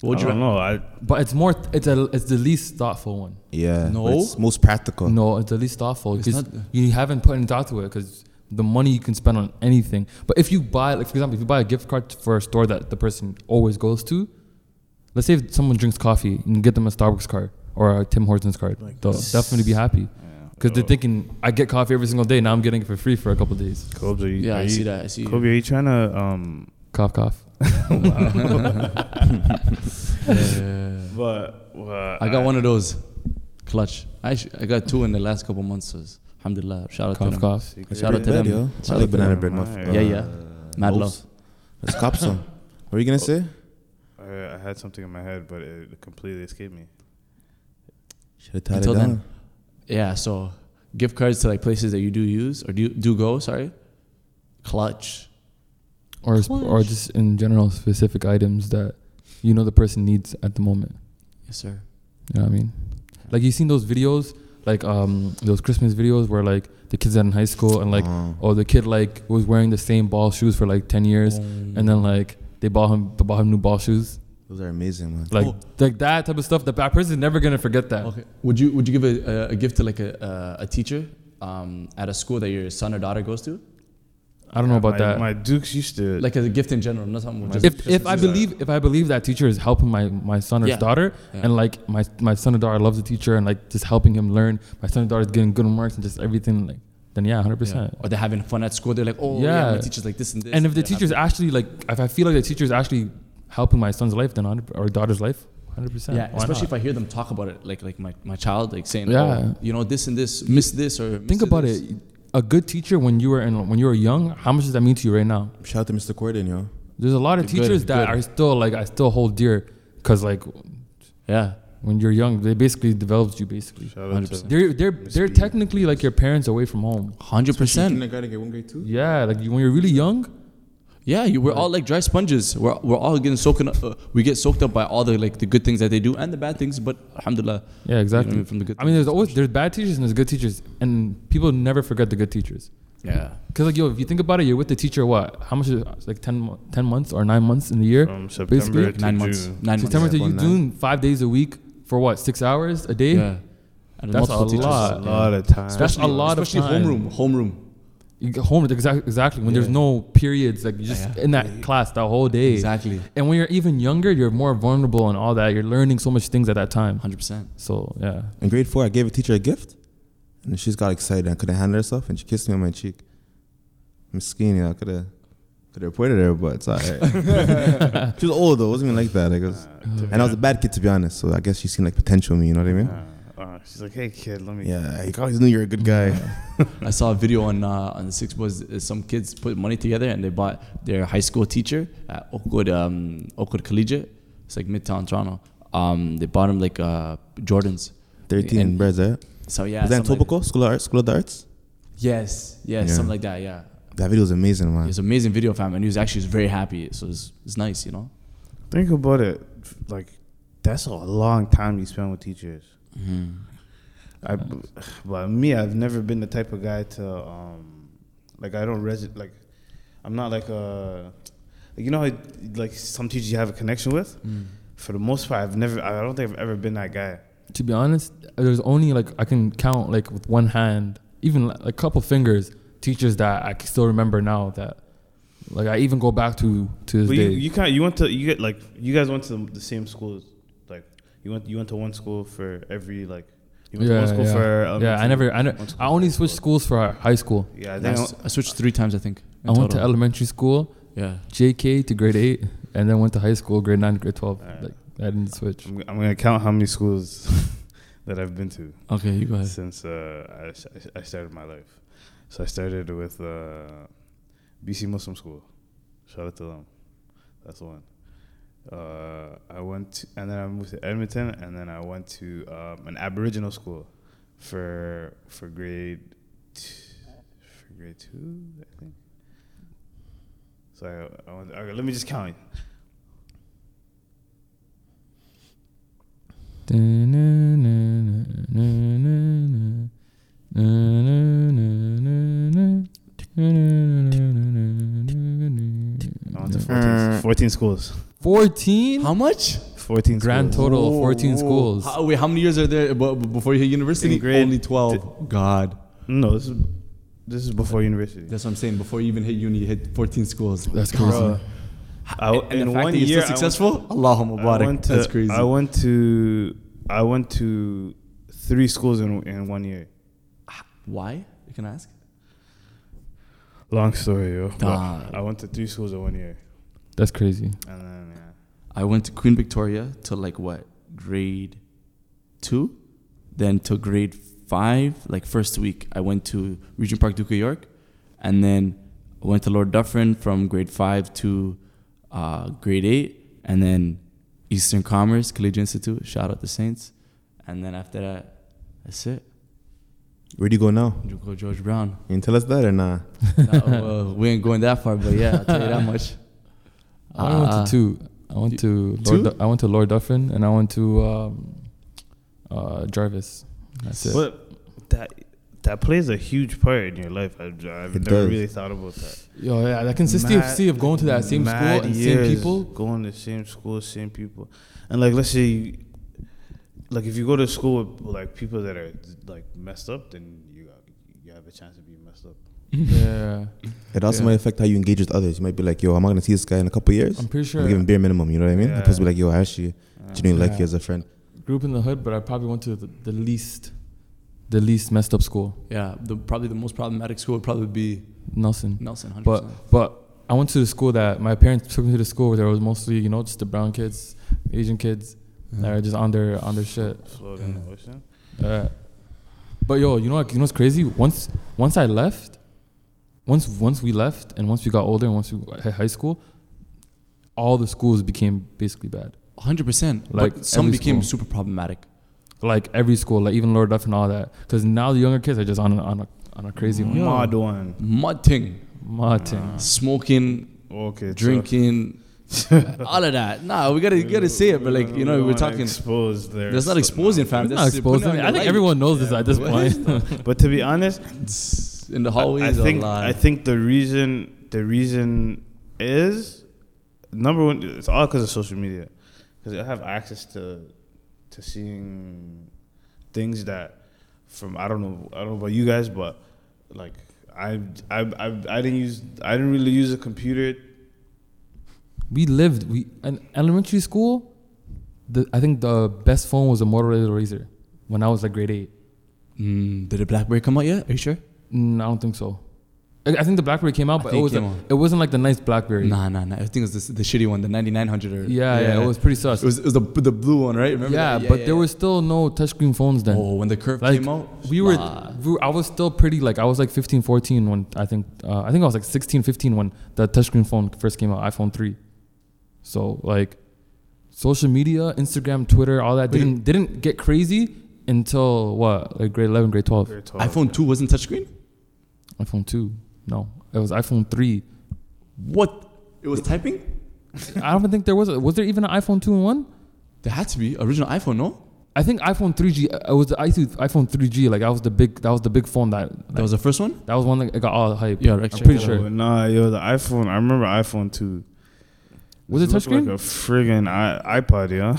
E: What would
A: I
E: you
A: don't
E: ra-
A: know. I
C: But it's more. It's a. It's the least thoughtful one.
D: yeah,
E: No.
D: but it's most practical.
C: No, it's the least thoughtful
E: It's
C: because
E: not-
C: you haven't put any thought to it. Because the money you can spend on anything. But if you buy, like for example, if you buy a gift card for a store that the person always goes to, let's say if someone drinks coffee and you get them a Starbucks card or a Tim Hortons card, they'll definitely be happy because
E: Oh.
A: uh,
C: they're thinking, "I get coffee every single day. Now I'm getting it for free for a couple of days."
A: Kobe, are you,
E: Yeah,
A: are
E: I
A: you,
E: see that. I see you.
A: Kobe, are you trying to um?
C: Cough, cough.
A: But uh,
E: I got one of those. Clutch. I sh- I got two in the last couple months. So it's- alhamdulillah. Shout out to
C: Cough,
E: them.
C: cough.
E: Shout out to them.
D: yo.
E: Shout
D: I
E: out
D: like
E: to
D: banana
A: them.
D: bread. uh, my-
A: Alright.
E: Yeah, yeah. Mad
D: loaves.
E: love.
D: Let's cop some. What are you gonna say?
A: I, I had something in my head, but it completely escaped me.
D: Should have tied
E: Until
D: it
E: then.
D: down.
E: Yeah. So gift cards to like places that you do use or do do go. Sorry. Clutch.
C: or sp- or just in general specific items that you know the person needs at the moment.
E: Yes, sir.
C: You know what I mean? Like you seen those videos, like um those Christmas videos where like the kids are in high school and like
D: Oh.
C: oh the kid like was wearing the same ball shoes for like ten years and then like they bought him they bought him new ball shoes
D: Those are amazing, man.
C: like
E: Oh.
C: like that type of stuff. The that person's never gonna forget that.
E: Okay. Would you would you give a, a, a gift to like a, a, a teacher um, at a school that your son or daughter goes to?
C: I don't know about
A: my,
C: that.
A: My Dukes used to
E: Like as a gift in general, not something. with
A: My
E: just-
C: if if
A: Christmas
C: I
A: is that.
C: believe if I believe that teacher is helping my, my son or
E: Yeah.
C: daughter
E: Yeah.
C: and like my my son or daughter loves the teacher and like just helping him learn my son or daughter is getting good marks and just everything like then yeah hundred percent
E: Or they're having fun at school. They're like, oh yeah, my
C: Yeah.
E: teacher's like this and this.
C: and if the
E: they're
C: teacher's actually like if I feel like the teacher's actually helping my son's life then 100 or daughter's life hundred percent
E: having- yeah, especially if I hear them talk about it, like like my, my child like saying,
C: Yeah.
E: oh, you know this and this, miss this or miss
C: think about
E: this.
C: it a good teacher when you were in, when you were young, how much does that mean to you right now?
D: Shout out to Mr. Corden, yo.
C: There's a lot of
E: Good,
C: teachers that
E: good.
C: are still like I still hold dear, cause like
E: Yeah.
C: when you're young, they basically developed you basically.
A: Shout out to
E: 100%.
C: They're they're they're
A: Misleading.
C: technically like your parents away from home.
E: Hundred percent.
D: Kindergarten, grade one, grade two.
C: Yeah, like you- when you're really young,
E: Yeah, you, we're all like dry sponges. We're, we're all getting soaked. up- Uh, we get soaked up by all the like the good things that they do and the bad things. But alhamdulillah,
C: Yeah,
E: You know what I
C: exactly.
E: mean? From the good
C: I mean, there's always there's bad teachers and there's good teachers, and people never forget the good teachers.
E: yeah,
C: Cause like yo, if you think about it, you're with the teacher what? How much is like 10, mo- 10 months or nine months in the year?
A: From September to
E: nine
A: June.
E: months, nine
C: September
E: months.
C: to
D: yeah,
C: you
D: about
C: June, five days a week for what? Six hours a day?
E: yeah, and
C: That's
E: multiple
C: a
E: teachers.
C: lot.
A: A lot of time.
C: That's a lot of
E: especially
C: time.
E: homeroom, homeroom.
C: You get home exactly exactly when there's
E: Yeah.
C: no periods, like you're just
E: Yeah.
C: in that class the whole day.
E: Exactly,
C: And when you're even younger, you're more vulnerable and all that. You're learning so much things at that time.
E: hundred percent.
C: So yeah.
D: In grade four, I gave a teacher a gift, and she just got excited. I couldn't handle herself, and she kissed me on my cheek. I'm skinny. I could have could have reported her, but it's all right. she was old though. It wasn't even like that. I
A: Uh,
D: guess. And I was a bad kid to be honest. So I guess she seen like potential in me. You know what I mean?
A: Uh, uh, she's like, hey kid, let me.
D: Yeah, he always knew you're a good guy.
E: I saw a video on uh, on the Six Boys. uh, Some kids put money together and they bought their high school teacher at Oakwood um, Oakwood Collegiate. It's like Midtown Toronto. Um, they bought him like uh, Jordans.
D: Thirteen
E: And-
D: and breads, eh?
E: So yeah,
D: Was that in
E: something like-
D: Topico School of Arts? School of the Arts?
E: Yes, yes,
D: Yeah.
E: something like that. Yeah,
D: That video was amazing,
E: it
D: man.
E: was an amazing video, fam, and he was actually very happy. So it's it's nice, you know.
A: Think about it. Like, that's a long time you spend with teachers.
C: Mm-hmm.
A: I, but me, I've never been the type of guy to, um, like, I don't resit, like, I'm not like a, like, you know, how, like some teachers you have a connection with.
C: Mm.
A: For the most part, I've never, I don't think I've ever been that guy.
C: To be honest, there's only like I can count like with one hand, even like, a couple fingers, teachers that I can still remember now that like I even go back to to this
A: But
C: day.
A: you, you kind you went to, you get like, you guys went to the same schools, like, you went, you went to one school for every like, you went to one school
C: yeah.
A: for
C: yeah. I
A: elementary,
C: never, I, ne-
A: one school
C: I
A: for
C: only
A: high
C: switched
A: school.
C: schools for high school.
A: Yeah, I
E: I,
A: think I-
E: s- I switched three times, I think. in
C: I went to
E: total.
C: elementary school,
E: Yeah,
C: JK to grade eight, and then went to high school, grade nine, grade twelve.
A: Alright.
C: Like I didn't switch.
A: I'm, I'm gonna count how many schools that I've been to
E: okay, you go ahead.
A: since uh, I, s- I started my life. So I started with uh, BC Muslim School. Shout out to them. That's one. Uh, I went to, and then I moved to Edmonton, and then I went to um, an Aboriginal school for for grade t- for grade two, I think. So I, I went, okay, let me just count. I went to 14, 14 schools.
C: Fourteen.
E: How much?
A: 14
C: Grand
A: schools.
C: total,
E: Whoa,
C: 14
E: whoa.
C: schools.
E: How, wait, how many years are there bu- bu- before you hit university?
A: In grade
E: Only twelve. God,
A: No, this is this is before university.
E: that's what I'm saying. Before you even hit uni, you hit fourteen schools.
C: That's
E: God.
C: crazy.
A: I,
E: And, and the fact that you're
A: year, I
E: still
A: went-
E: successful, Allahumma
A: I
E: barak.
A: went to,
E: That's crazy.
A: I went to I went to three schools in in one year.
E: Why? You can ask.
A: Long story, yo. But
E: Dog.
A: I went to three schools in one year,
C: That's crazy.
A: and then yeah.
E: I went to Queen Victoria till like what grade two, then till grade five. Like first week, I went to Regent Park, Duke of York, and then I went to Lord Dufferin from grade five to uh, grade eight, and then Eastern Commerce Collegiate Institute. Shout out the Saints, and then after that, that's it.
D: Where do you go now?
E: You go George Brown.
D: You can tell us that or nah?
E: Uh, well, we ain't going that far, but yeah, I'll tell you that much.
C: I only
E: Uh,
C: went to two. I went to Lord
E: two?
C: Du- I went to Lord Dufferin and I went to um, uh, Jarvis. That's it.
A: But that that plays a huge part in your life. I, I've never
D: does.
A: really thought about that.
C: Yo, yeah, that consistency of going to that same school
A: mad
C: and
A: years
C: same people.
A: going to same school, same people, and like let's say, you- like if you go to school with like people that are like messed up, then you got, you have a chance of being messed up.
C: yeah,
D: It also
C: Yeah.
D: might affect how you engage with others. You might be like, yo, I'm not gonna see this guy in a couple years.
C: I'm pretty
D: I'm
C: sure
D: gonna give him bare minimum, you know what I mean?
A: Yeah.
D: Opposed to be like, yo, I actually genuinely like
C: Yeah.
D: you as a friend.
C: group in the hood, but I probably went to the, the least, the least messed up school,
E: Yeah, the, probably the most problematic school would probably be
C: Nelson.
E: Nelson. 100%.
C: But but I went to the school that my parents took me to the school where there was mostly you know just the brown kids, Asian kids that are just on their on their shit.
A: Floating in the ocean.
C: Uh, But yo, you know what? You know what's crazy? Once once I left, once once we left, and once we got older, and once we hit high school, all the schools became basically bad.
E: 100%.
C: Like,
E: but some
C: every
E: became
C: school.
E: super problematic.
C: Like every school, like even Lord Duff and all that. Because now the younger kids are just on a, on a on a crazy
E: Mm.
C: one.
A: Mod one.
E: Mud thing,
C: Martin.
E: smoking,
A: Okay. so-
E: drinking, all of that. Nah, we gotta, you gotta say it, but like, you know,
A: don't
E: we're
A: wanna
E: talking.
A: exposed there.
E: That's not
A: so-
E: exposing, fam.
C: It's not
E: That's
C: exposed.
E: putting it
C: I
E: on
C: think
E: the light.
C: everyone knows this at this
E: what
C: point.
A: But to be honest,
E: in the
A: I-
E: hallways.
A: I
E: a
A: think
E: lot.
A: I think the reason the reason is number one. It's all because of social media, because I have access to to seeing things that from I don't know I don't know about you guys, but like I I I, I didn't use I didn't really use a computer.
C: we lived we in elementary school. The I think the best phone was a Motorola Razor when I was like grade eight.
E: Mm, did the BlackBerry come out yet? Are you sure?
C: Mm, I don't think so. I, I think the BlackBerry came out,
E: I
C: but it
E: think
C: was
E: it came
C: a-
E: out.
C: it wasn't like the nice BlackBerry.
E: Nah, nah, nah. I think it was this, the shitty one, the 9900 or
C: Yeah, yeah, it was pretty sus.
E: It was, it was the, the blue one, right? Remember?
C: yeah,
E: that?
C: but there was still no touchscreen phones then.
E: Oh, when the curve
C: like
E: came out,
C: we were,
E: nah.
C: we were- I was still pretty like I was like 15, 14 when I think uh, I think I was like 16, 15 when the touchscreen phone first came out, iPhone 3. So like social media, Instagram, Twitter, all that
E: But you-
C: didn't didn't get crazy until what? Like grade 11, grade 12.
A: Very tall.
E: iPhone 2 wasn't touchscreen?
C: iPhone 2. No, it was iPhone 3.
E: What? It was typing?
C: I don't think there was a, was there even an iPhone 2 in 1?
E: There had to be original iPhone, no?
C: I think iPhone 3G. uh, It was the iPhone iPhone 3G. Like that was the big. That was the big phone that.
E: That was the first one?
C: that was one that got all the hype.
E: Yeah,
C: I'm
E: Rex, check
C: pretty
E: it
C: sure.
A: Oh, Nah, yo, the iPhone. I remember iPhone two.
C: Was it
A: This looked
C: touchscreen?
A: Like a friggin' i- iPod, yeah.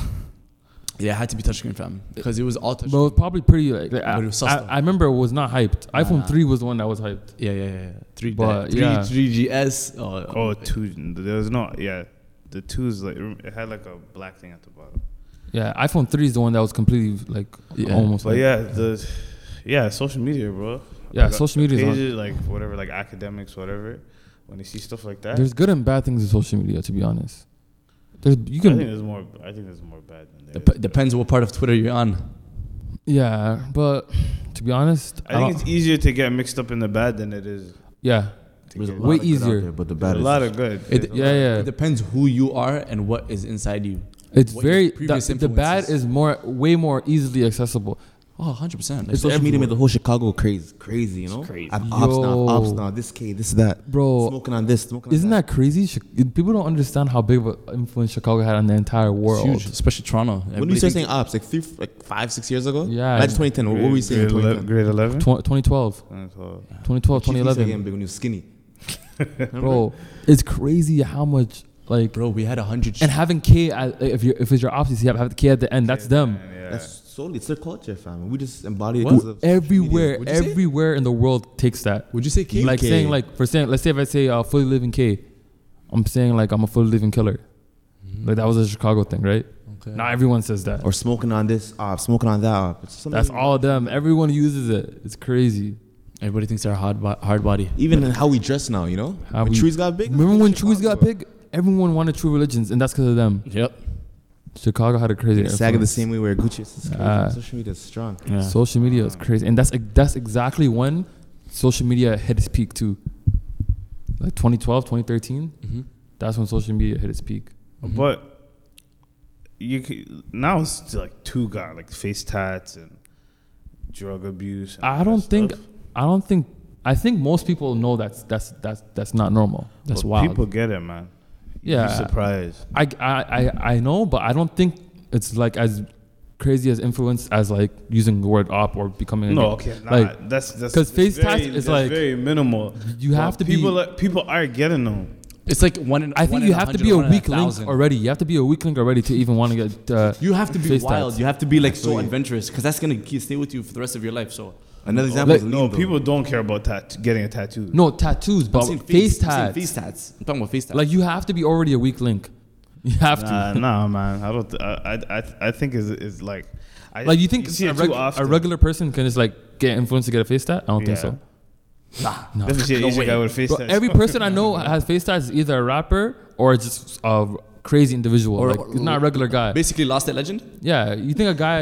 E: Yeah, it had to be touchscreen, fam. Because it was all touchscreen.
C: But it was probably pretty. Like,
E: But
C: I,
E: it was sus
C: I,
E: though.
C: I remember it was not hyped.
E: Nah,
C: iPhone
E: nah.
C: 3 was the one that was hyped.
E: yeah, yeah, yeah. yeah. 3,
C: But,
E: three,
C: yeah.
E: 3GS. Oh,
A: Oh,
C: Um,
A: two. There was no. Yeah, the two is like it had like a black thing at the bottom.
C: Yeah, iPhone 3 is the one that was completely like
E: Yeah.
C: almost.
A: But
C: like,
A: yeah, the yeah social media, bro.
C: Yeah,
A: Like,
C: social
A: the
C: media is on.
A: pages, like whatever, like academics, whatever. When they see stuff like that,
C: There's good and bad things in social media, to be honest. There's you
A: I think
C: can.
A: there's more. I think there's more bad than there. is
E: Dep-
A: good.
E: depends what part of Twitter you're on.
C: Yeah, but to be honest,
A: I think
C: don't-
A: it's easier to get mixed up in the bad than it is.
C: yeah,
A: To
D: There's a
A: get,
D: lot
C: Way
D: of good out
C: easier.
D: there, but the
A: there's
D: bad
A: a
D: is
A: lot of good.
E: It-
A: There's a
C: yeah,
A: lot-
C: yeah.
E: It depends who you are and what is inside you.
C: It's
E: What your
C: very
E: previous
C: the, the bad
E: influences.
C: is more way more easily accessible.
E: Oh, 100%.
D: Like,
E: It's
D: social media
E: everywhere.
D: made the whole Chicago crazy, crazy, you know.
E: crazy.
D: I have ops now, I have ops
C: Yo.
D: now, this K, this that,
C: Bro,
D: Smoking on this, smoking.
C: Isn't
D: on that.
C: that crazy? Chi- People don't understand how big of an influence Chicago had on the entire
E: It's
C: world.
E: huge, especially Toronto.
D: When we
E: Everybody
D: started
E: thinks-
D: saying ops, like three, like five, six years ago.
C: Yeah.
D: Imagine 2010. What were we saying? in
A: Grade, ele-
D: 2010?
A: grade eleven.
C: Tw- 2012, 2012,
D: Chief used to get
C: 2011.
D: big when he was skinny.
C: Bro, it's crazy how much, like,
E: bro, we had a hundred.
C: and having K, at, if, you're, if it's your opposite, you have, have the K at the end, that's them.
A: Yeah.
D: That's solely it's their culture, fam. We just embody it
E: What?
D: 'cause of social
C: Everywhere,
E: What'd you say?
C: everywhere in the world takes that.
E: Would you say K?
C: Like
D: K.
C: saying, like, for saying, let's say if I say uh, fully living K, I'm saying, like, I'm a fully living killer. Like, that was a Chicago thing, right?
E: Okay.
C: Not everyone says that.
D: media. or smoking on this op, smoking on that op. It's something-
C: That's all them. Everyone uses it. It's crazy.
E: Everybody thinks they're a hard, bo- hard body.
D: Even in how we dress now, you know.
C: How
D: when
C: we-
D: trees got big.
C: Remember when Chewies got big? Everyone wanted true religions, and that's because of them.
E: Yep.
C: Chicago had a crazy
D: Sag the
C: influence.
D: same way where Gucci is. It's crazy.
C: Ah.
D: social media is strong.
E: Yeah.
C: Social media is crazy, and that's that's exactly when social media hit its peak too. Like 2012, 2013,
E: hmm
C: that's when social media hit its peak.
A: But you c now it's like two guy like face tats and drug abuse. and all
C: I
A: that
C: don't think,
A: stuff.
C: I don't think, I think most people know that's that's that's that's not normal. That's
A: But
C: wild.
A: People get it, man. You'd be
C: Yeah.
A: surprised.
C: I, I I I know, but I don't think it's like as crazy as influence as like using the word op or becoming a
A: No,
C: gay-
A: okay, nah,
C: like
A: that's that's
C: 'cause
A: that's
C: face tats
A: very-
C: is
A: that's
C: like-
A: very minimal.
C: you have to be-
A: people are- people are getting them.
E: It's like one. In,
C: I think
E: one
C: you
E: in
C: have to
E: 100,
C: be a
E: one in
C: weak link
E: 1,000.
C: already. You have to be a weak link already to even want to get. Uh,
E: You have to be
C: face
E: wild.
C: tats.
E: You have to be like so adventurous because that's gonna ke- stay with you for the rest of your life. So
D: Another example
C: Like-
D: is
A: No,
D: Lean, though.
A: people don't care about tat- getting a tattoo.
C: no tattoos, but
E: I'm saying
C: face,
E: I'm saying
C: tats.
E: face tats. I'm talking about face tats.
C: Like you have to be already a weak link. You have
A: nah,
C: to.
A: nah, man. I don't. th- I I I- I think is is like. I,
C: Like you think
A: see
C: a,
A: it too
C: reg- a
A: often.
C: regular person can just like get influenced to get a face tat? I don't think
A: Yeah.
C: so.
A: Let me see an Asian guy with a face
C: Bro,
A: tat.
C: every person I know has face tats is either a rapper or just a crazy individual.
E: Or-
C: like
E: or-
C: he's not a regular guy.
E: Basically, lost that legend.
C: Yeah, you think a guy?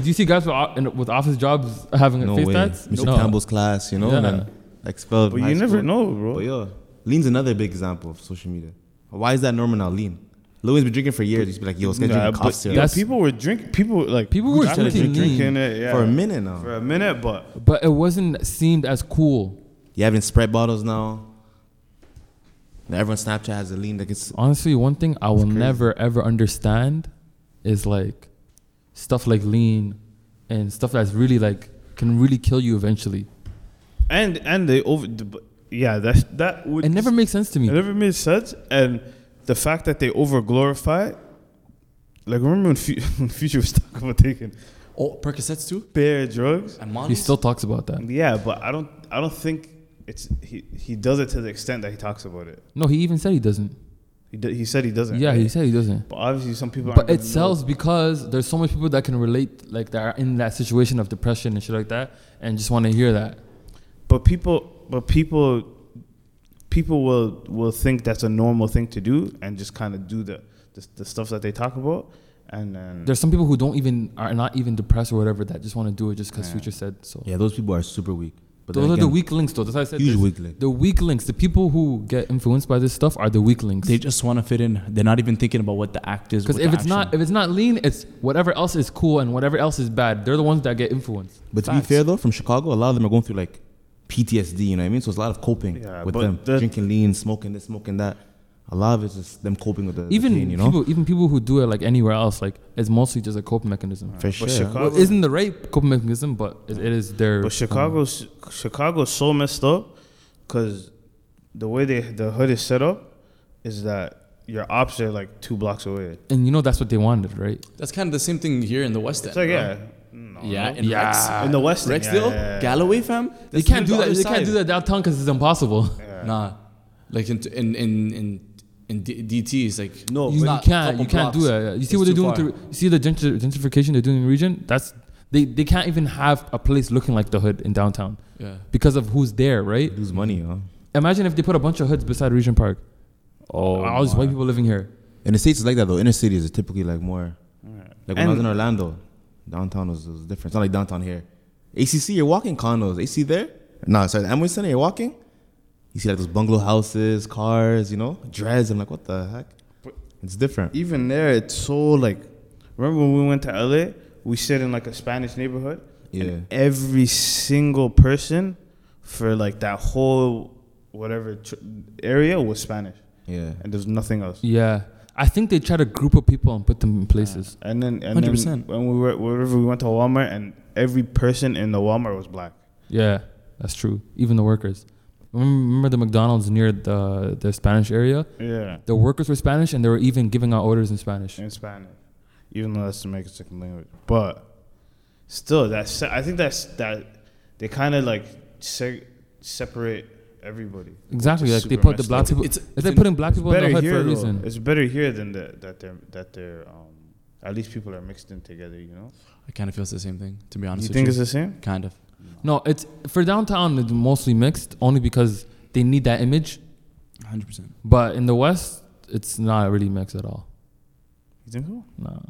C: Do you see guys with, o- in- with office jobs having
D: No
C: face
D: way.
C: tats?
D: Mr. Campbell's class, you know, and
C: Yeah.
D: then expelled.
A: But
D: from
A: you
D: high
A: never
D: school.
A: know, bro.
D: But yeah, lean's another big example of social media. Why is that normal now? Lean. Louis been drinking for years. He's been like, yo, it's gonna
A: Nah,
D: drink cough
A: but, yo,
D: syrup
C: That's-
A: people were drinking. People like
C: People were
A: I was
C: drinking lean.
A: drinking it yeah.
D: for a minute now.
A: For a minute, but
C: But it wasn't seemed as cool.
D: you having Sprite bottles now. And everyone Snapchat has a lean that gets.
C: Honestly, one thing I will
D: crazy.
C: never ever understand is like stuff like lean and stuff that's really like can really kill you eventually.
A: and and they over. the- but- Yeah, that's that would.
C: It never makes sense to
A: It
C: me.
A: never made sense, and the fact that they over glorify. Like remember when, Fu- when Future was talking about taking
E: Oh, Percocets too.
A: bear drugs?
E: And Molly.
C: He still talks about that.
A: Yeah, but I don't I don't think it's he he does it to the extent that he talks about it.
C: No, he even said he doesn't.
A: He d- he said he doesn't.
C: Yeah,
A: right?
C: he said he doesn't.
A: But obviously, some people.
C: But
A: aren't
C: it
A: gonna
C: sells
A: Know.
C: because there's so much people that can relate, like that are in that situation of depression and shit like that, and just want to hear that.
A: But people, but people, people will will think that's a normal thing to do and just kind of do the, the the stuff that they talk about, and then
C: There's some people who don't even are not even depressed or whatever that just want to do it just because
A: Yeah.
C: Future said so.
D: Yeah, those people are super weak. But
C: Those
D: then
C: are the
D: again,
C: weak links, though. That's why I said
D: Huge
C: there's-
D: weak link.
C: The weak links, the people who get influenced by this stuff, are the weak links.
E: They just want to fit in. They're not even thinking about what the act is.
C: Because
E: what
C: if
E: the
C: it's not
E: action-
C: if it's not lean, it's whatever else is cool and whatever else is bad. They're the ones that get influenced.
D: But to
E: Facts.
D: be fair though, from Chicago, a lot of them are going through like PTSD. You know what I mean? So it's a lot of coping
A: Yeah,
D: with
A: but
D: them
A: that-
D: drinking lean, smoking this, smoking that. A lot of it's just them coping with the, the
C: Even
D: pain, you know.
C: people even people who do it like anywhere else, like it's mostly just a coping mechanism.
D: for sure.
A: Chicago-
C: Well, isn't the rape coping mechanism, but it, it is their.
A: but Chicago's Chicago's so messed up, because the way they the hood is set up, is that your ops are like two blocks away.
C: and you know that's what they wanted, right?
E: That's kind of the same thing here in the West End.
A: So
E: bro.
A: yeah, no,
E: Yeah,
A: no.
E: in
C: Yeah.
E: Rex,
A: In the West End,
E: Rexdale,
A: yeah, yeah, yeah.
E: Galloway, fam.
C: They
E: That's
C: can't do
E: literally the
C: that. They
E: other
C: can't do
E: side.
C: that downtown because it's impossible.
E: Nah, like in in in in, in D- DT, it's like
A: No,
C: you,
E: it's
C: you
E: not
C: can't.
E: couple
C: You can't do
E: blocks.
C: that. You see
E: It's
C: what they're
E: too
C: doing.
E: far.
C: To, you see the gentr- gentrification they're doing in the region. That's they. They can't even have a place looking like the hood in downtown
E: Yeah.
C: because of who's there, right?
D: lose money, you know.
C: Imagine if they put a bunch of hoods beside Region Park.
A: Oh,
C: all these white people living here.
D: In the states, it's like that though. Inner cities are typically like more. Like when I was
A: And-
D: in Orlando, downtown was, was different. It's not like downtown here. ACC, you're walking condos. AC there? No, sorry, the Amway Center, you're walking. You see like those bungalow houses, cars, you know, dreads. I'm like, what the heck?
A: But-
D: It's different.
A: even there, it's so like. Remember when we went to LA? We stayed in like a Spanish neighborhood.
D: Yeah.
A: And every single person for like that whole whatever tr- area was Spanish,
D: Yeah.
A: and there's nothing else.
C: Yeah, I think they try to group of people and put them in places.
A: And then, and then
E: 100%.
A: when we were wherever we went to Walmart, and every person in the Walmart was black.
C: Yeah, that's true. Even the workers. Remember remember the McDonald's near the the Spanish area?
A: Yeah,
C: The workers were Spanish, and they were even giving out orders in Spanish.
A: in Spanish, even though that's the Mexican second language, but still, that's I think that's that they kind of like se- separate everybody.
C: Exactly,
A: Which
C: like
A: is
C: they
A: super
C: put the
A: messed
C: black
A: up.
C: people. It's,
E: It's-
C: like
E: it's
C: putting black people in the hood for a
A: though.
C: reason.
A: It's better here than the, that they're that they're um, at least people are mixed in together. You know.
E: I kind of feels the same thing. To be
A: You
E: honest, with
A: think it's the same?
E: kind of.
C: No, it's for downtown. It's mostly mixed, only because they need that image.
E: 100. percent
C: But in the west, it's not really mixed at all.
A: You think so?
C: No.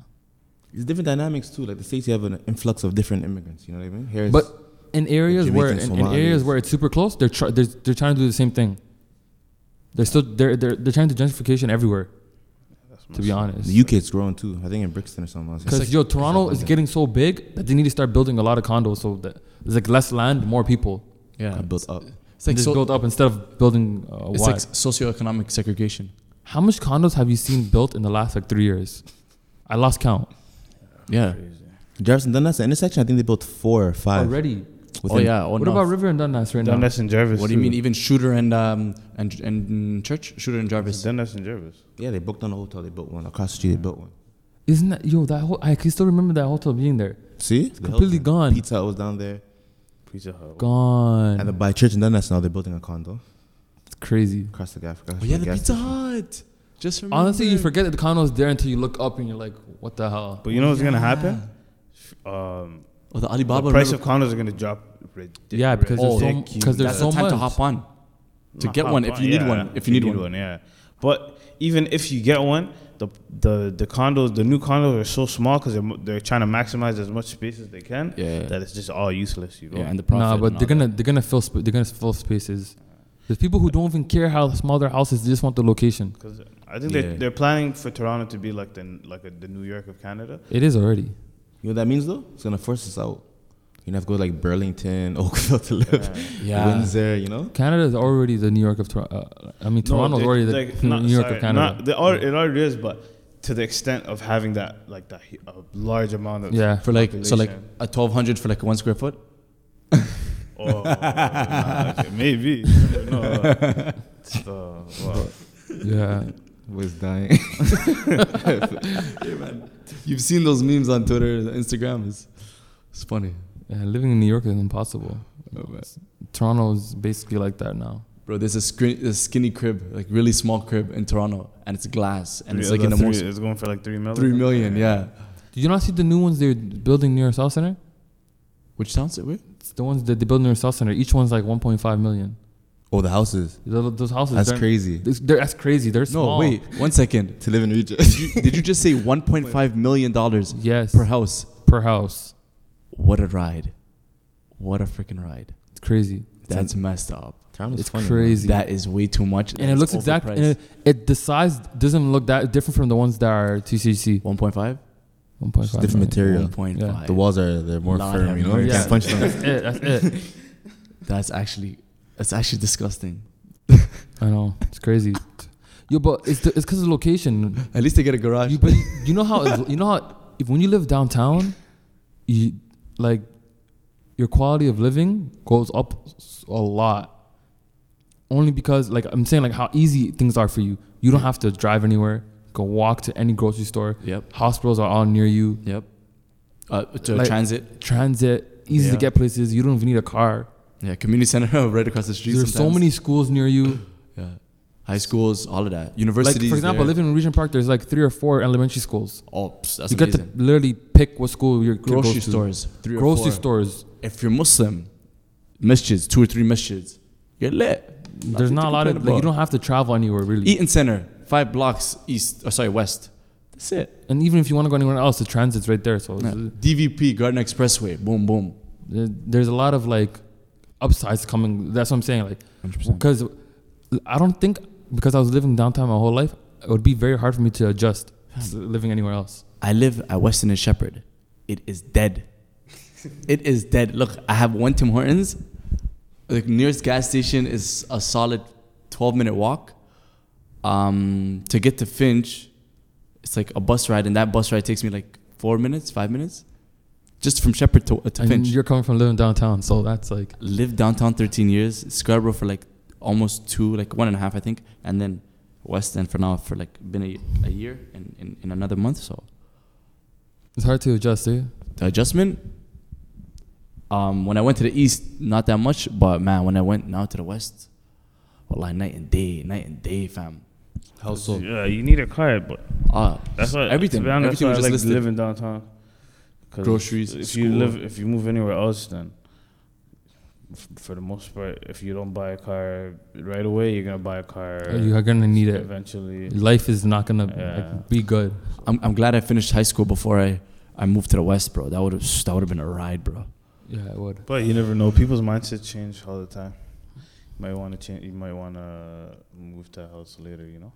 D: It's different dynamics too. Like the states, you have an influx of different immigrants. You know what I mean? Here, it's-
C: But in areas where in,
D: Jamaican
C: in areas
D: Somalis.
C: where it's super close, they're, try, they're they're trying to do the same thing. They're still they're they're, they're trying to gentrification everywhere. To be honest,
D: the UK is growing too. I think in Brixton or something. else.
C: because yo, Toronto is getting so big that they need to start building a lot of condos so that there's like less land, more people.
E: Yeah,
D: I built up.
E: it's like
C: just
E: so,
C: build up instead of building uh,
E: it's
C: wide.
E: like socioeconomic segregation.
C: How much condos have you seen built in the last like three years? I lost count
E: Yeah.
D: Jefferson Dundas the intersection. I think they built four or five.
C: already.
E: Oh
D: within-
E: yeah. Oh,
C: what
E: no.
C: about River and Dundas right now?
A: Dundas and Jarvis.
E: What do you
A: too.
E: mean? Even Shooter and um and and Church Shooter and Jarvis.
A: Dundas and Jarvis.
D: Yeah, they booked on a hotel. They built one across the street. They built one.
C: Isn't that yo? That whole, I can still remember that hotel being there,
D: See,
C: completely gone.
D: Pizza Hut was down there,
A: Pizza Hut.
C: gone.
D: and the, by church and then that's now they're building a condo
C: it's crazy.
D: across the Africa.
E: Oh yeah, the Pizza Hut. Just remember.
C: Honestly, you forget that the condo's there until you look up and you're like, what the hell?
A: But you know what's gonna happen? Um,
E: Oh, the
A: the
E: Alibaba.
A: price of
E: remember-
A: condos are gonna drop. Ridiculous.
C: Yeah, because there's so
E: Oh,
C: because there's
E: that's
C: so
E: the time
C: much.
E: to hop on. to
A: Not
E: get
A: hop
E: one if you need one, if you need one.
A: yeah. But even if you get one, the the the condos, the new condos are so small because they're mo- they're trying to maximize as much space as they can.
E: Yeah.
A: That it's just all useless. You go.
E: yeah, and the profit.
C: Nah, but
E: and
C: they're
E: all that.
C: gonna they're gonna fill sp- they're gonna fill spaces. There's people who don't even care how small their house is; they just want the location.
A: Because I think
B: Yeah.
A: they're, they're planning for Toronto to be like the like a, the New York of Canada.
C: It is already.
D: You know what that means though? It's gonna force us out. You're gonna have to go to, like Burlington, Oakville to
A: Uh,
D: live.
E: Yeah.
D: Windsor, you know?
C: Canada is already the New York of Toronto. Uh, I mean, Toronto's
A: they-
C: already the
A: like,
C: New
A: not-
C: York
A: sorry,
C: of Canada.
A: not- they are- it already is, but to the extent of having that like that hu- a large amount of
C: yeah,
E: for like so like
A: population.
E: a twelve hundred for like one square foot.
A: Oh, nah, okay, maybe. No, uh, it's, uh, well,
C: yeah.
B: Was dying.
E: You've seen those memes on Twitter, and Instagram is it's funny,
C: yeah, living in New York is impossible. Toronto's basically like that now.
E: bro. There's a, screen, a skinny crib, like really small crib in Toronto, and it's glass, and it's
A: three-
E: like in the
A: three-
E: most
A: It's going for like three million.
E: three million. Yeah,
C: Did you not see the new ones they're building near South Center?
E: which sounds it weird.
C: It's the ones that they build near South Center. Each one's like 1.5 million.
D: Oh, the houses.
C: Those, those houses.
D: That's
C: they're-
D: crazy.
C: They're, they're- that's crazy. They're
E: No,
C: small.
E: wait, one second.
D: To live in Regis.
E: Did you, did you just say 1.5 million dollars
C: Yes.
E: per house?
C: per house.
E: What a ride! What a freaking ride!
C: It's crazy.
E: That's messed up.
D: Toronto's
C: It's
D: funny, man.
C: crazy.
E: That is way too much,
C: and it looks exact. And it, it the size doesn't look that different from the ones that are TCC.
E: 1.5.
C: One point
D: It's
C: five.
D: different material.
E: 1.5.
C: Yeah.
D: The walls are they're more
E: Lord have
D: firm, you know? You
E: mercy.
D: can't punch them.
C: That's it. That's it.
E: That's actually that's actually disgusting.
C: I know. It's crazy. Yo, but it's the, it's because of location.
E: At least they get a garage.
C: You, but you know how you know how if when you live downtown, you like your quality of living goes up s- a lot. Only because like I'm saying like how easy things are for you. You don't have to drive anywhere. Go walk to any grocery store.
E: yep.
C: Hospitals are all near you.
E: Yep. Uh, to
C: Like-
E: transit.
C: Transit easy to
E: Yeah.
C: get places. You don't even need a car.
E: Yeah. Community center right across the street.
C: There's so
E: sometimes.
C: many schools near you.
E: Yeah. High schools, all of that.
C: Like
E: Universities.
C: for example,
E: there.
C: living in Regent Park, there's like three or four elementary schools.
E: Oh, pss, that's
C: you get
E: amazing.
C: to literally pick what school your kid goes
E: grocery
C: to.
E: stores. Three or
C: grocery
E: four.
C: stores.
E: If you're Muslim, masjids, two or three masjids, you're lit.
C: There's
E: Nothing
C: not
E: to
C: a lot of
E: complain
C: like you
E: about.
C: don't have to travel anywhere really.
E: Eaton Center, five blocks east. Or sorry, west. That's it.
C: And even if you want to go anywhere else, the transit's right there. So
E: Yeah.
C: it's-
E: DVP, Garden Expressway. Boom, boom.
C: there- there's a lot of like upsides coming. That's what I'm saying. Like
E: 100%.
C: because I don't think because I was living downtown my whole life, it would be very hard for me to adjust to living anywhere else.
E: I live at Weston and Shepherd. It is dead. it is dead. Look, I have one Tim Hortons. The nearest gas station is a solid 12 minute walk. Um, to get to Finch, it's like a bus ride, and that bus ride takes me like four minutes, five minutes, just from Shepherd to, to
C: And
E: Finch.
C: you're coming from living downtown, so that's like
E: Lived downtown 13 years, Scarborough for like almost two, like one and a half, I think, and then West End for now for like been a, a year in, in, in another month. So
C: it's hard to adjust. Eh?
E: the adjustment um when i went to the east not that much but man when i went now to the west well like night and day night and day fam
B: How so?
A: Yeah, you need a car, but
E: uh
A: that's why
E: everything
A: To be honest,
E: everything was
A: that's why I
E: just
A: like
E: listed
A: living downtown. 'Cause
E: Groceries,
A: If
E: school.
A: you live, if you move anywhere else, then f- for the most part, if you don't buy a car right away, you're gonna buy a car
C: You're gonna need it.
A: eventually.
C: Life is not gonna
A: Yeah.
C: like, be good.
E: I'm, I'm glad i finished high school before i i moved to the west bro that would have that would have been a ride bro
C: Yeah, it would.
A: But you never know. People's mindsets change all the time. You might want to change. You might want to move to a house later. You know.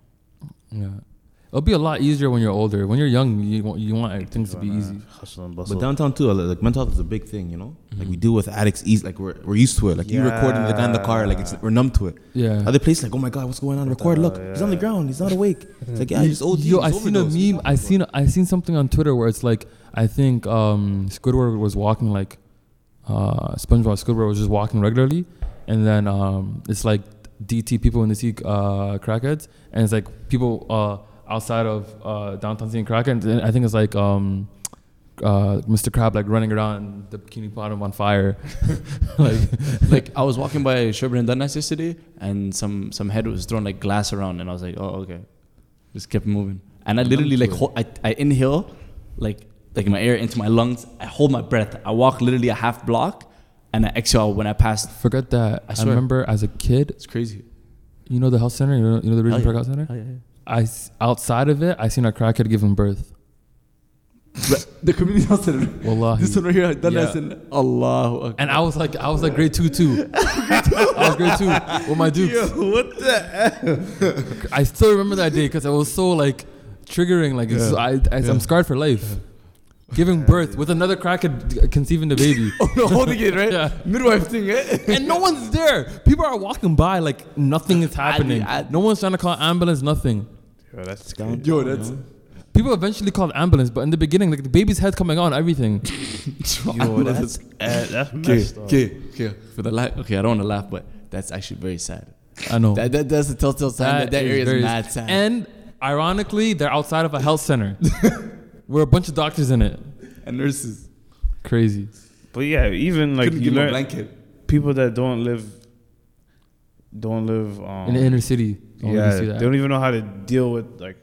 C: Yeah, it'll be a lot easier when you're older. When you're young, you want you want like, things to be
A: Wanna
C: easy.
A: Hustle and bustle.
D: But downtown too, uh, like mental health is a big thing, you know. Like we deal with addicts, easy, like we're, we're used to it. Like you recording the guy in the car, like it's we're numb to it.
C: Yeah.
D: Other places, like oh my god, what's going on? Record, look, he's on the ground, he's not awake. It's like yeah, he's OD.
C: Yo, I
D: he's
C: seen a
D: overdosed.
C: meme. I seen I seen something on Twitter where it's like I think um, Squidward was walking like uh, SpongeBob Squidward was just walking regularly, and then um, it's like DT people when they see uh, crackheads, and it's like people uh, outside of uh, downtown seeing crackheads. And I think it's like um, uh, Mr. Crab like running around the bikini bottom on fire, like
E: like i was walking by sherburne and dundas yesterday and some some head was throwing like glass around and i was like oh okay just kept moving and i literally like hold, I, I inhale like like my air into my lungs i hold my breath i walk literally a half block and i exhale when i pass
C: forget that.
E: I
C: I,
E: swear.
C: remember as a kid
E: it's crazy
C: You know the health center. You know, you know the
E: Hell yeah.
C: Region Park Health Center.
E: Oh, yeah, yeah.
C: I s- outside of it, I seen a crackhead giving birth.
E: But the community health center.
C: Wallahi.
E: This one right here, that
C: Yeah.
E: lesson, Allahu Akbar.
C: And I was like, I was like grade two too. I was grade two with my dukes.
D: what the
C: I still remember that day because I was so like triggering. Like it's, I, I,
B: Yeah.
C: I'm scarred for life. Giving birth with another crackhead conceiving the baby.
E: oh no, holding it right,
C: Yeah.
E: midwife thing, eh?
C: and no one's there. People are walking by like nothing is happening.
E: I-
C: no one's trying to call ambulance. Nothing.
A: Yo, that's
D: Down.
A: crazy.
E: Yo, that's
C: People eventually called ambulance, but in the beginning, like the baby's head coming on, everything.
A: Yo, that's, eh, that's
E: okay,
A: messed up.
E: okay, okay. For the la- okay, I don't want to laugh, but that's actually very sad.
C: I know.
E: That, that that's the telltale sign that that, area is
C: very-
E: mad sad. And,
C: And ironically, they're outside of a health center. We're a bunch of doctors in it.
E: nurses
C: Crazy.
A: But yeah, even like
E: couldn't
A: you
E: give them a
A: learn
E: blanket.
A: people that don't live don't live um,
C: In the inner city. I wanted to
A: yeah,
C: see
A: they
C: that.
A: don't even know how to deal with like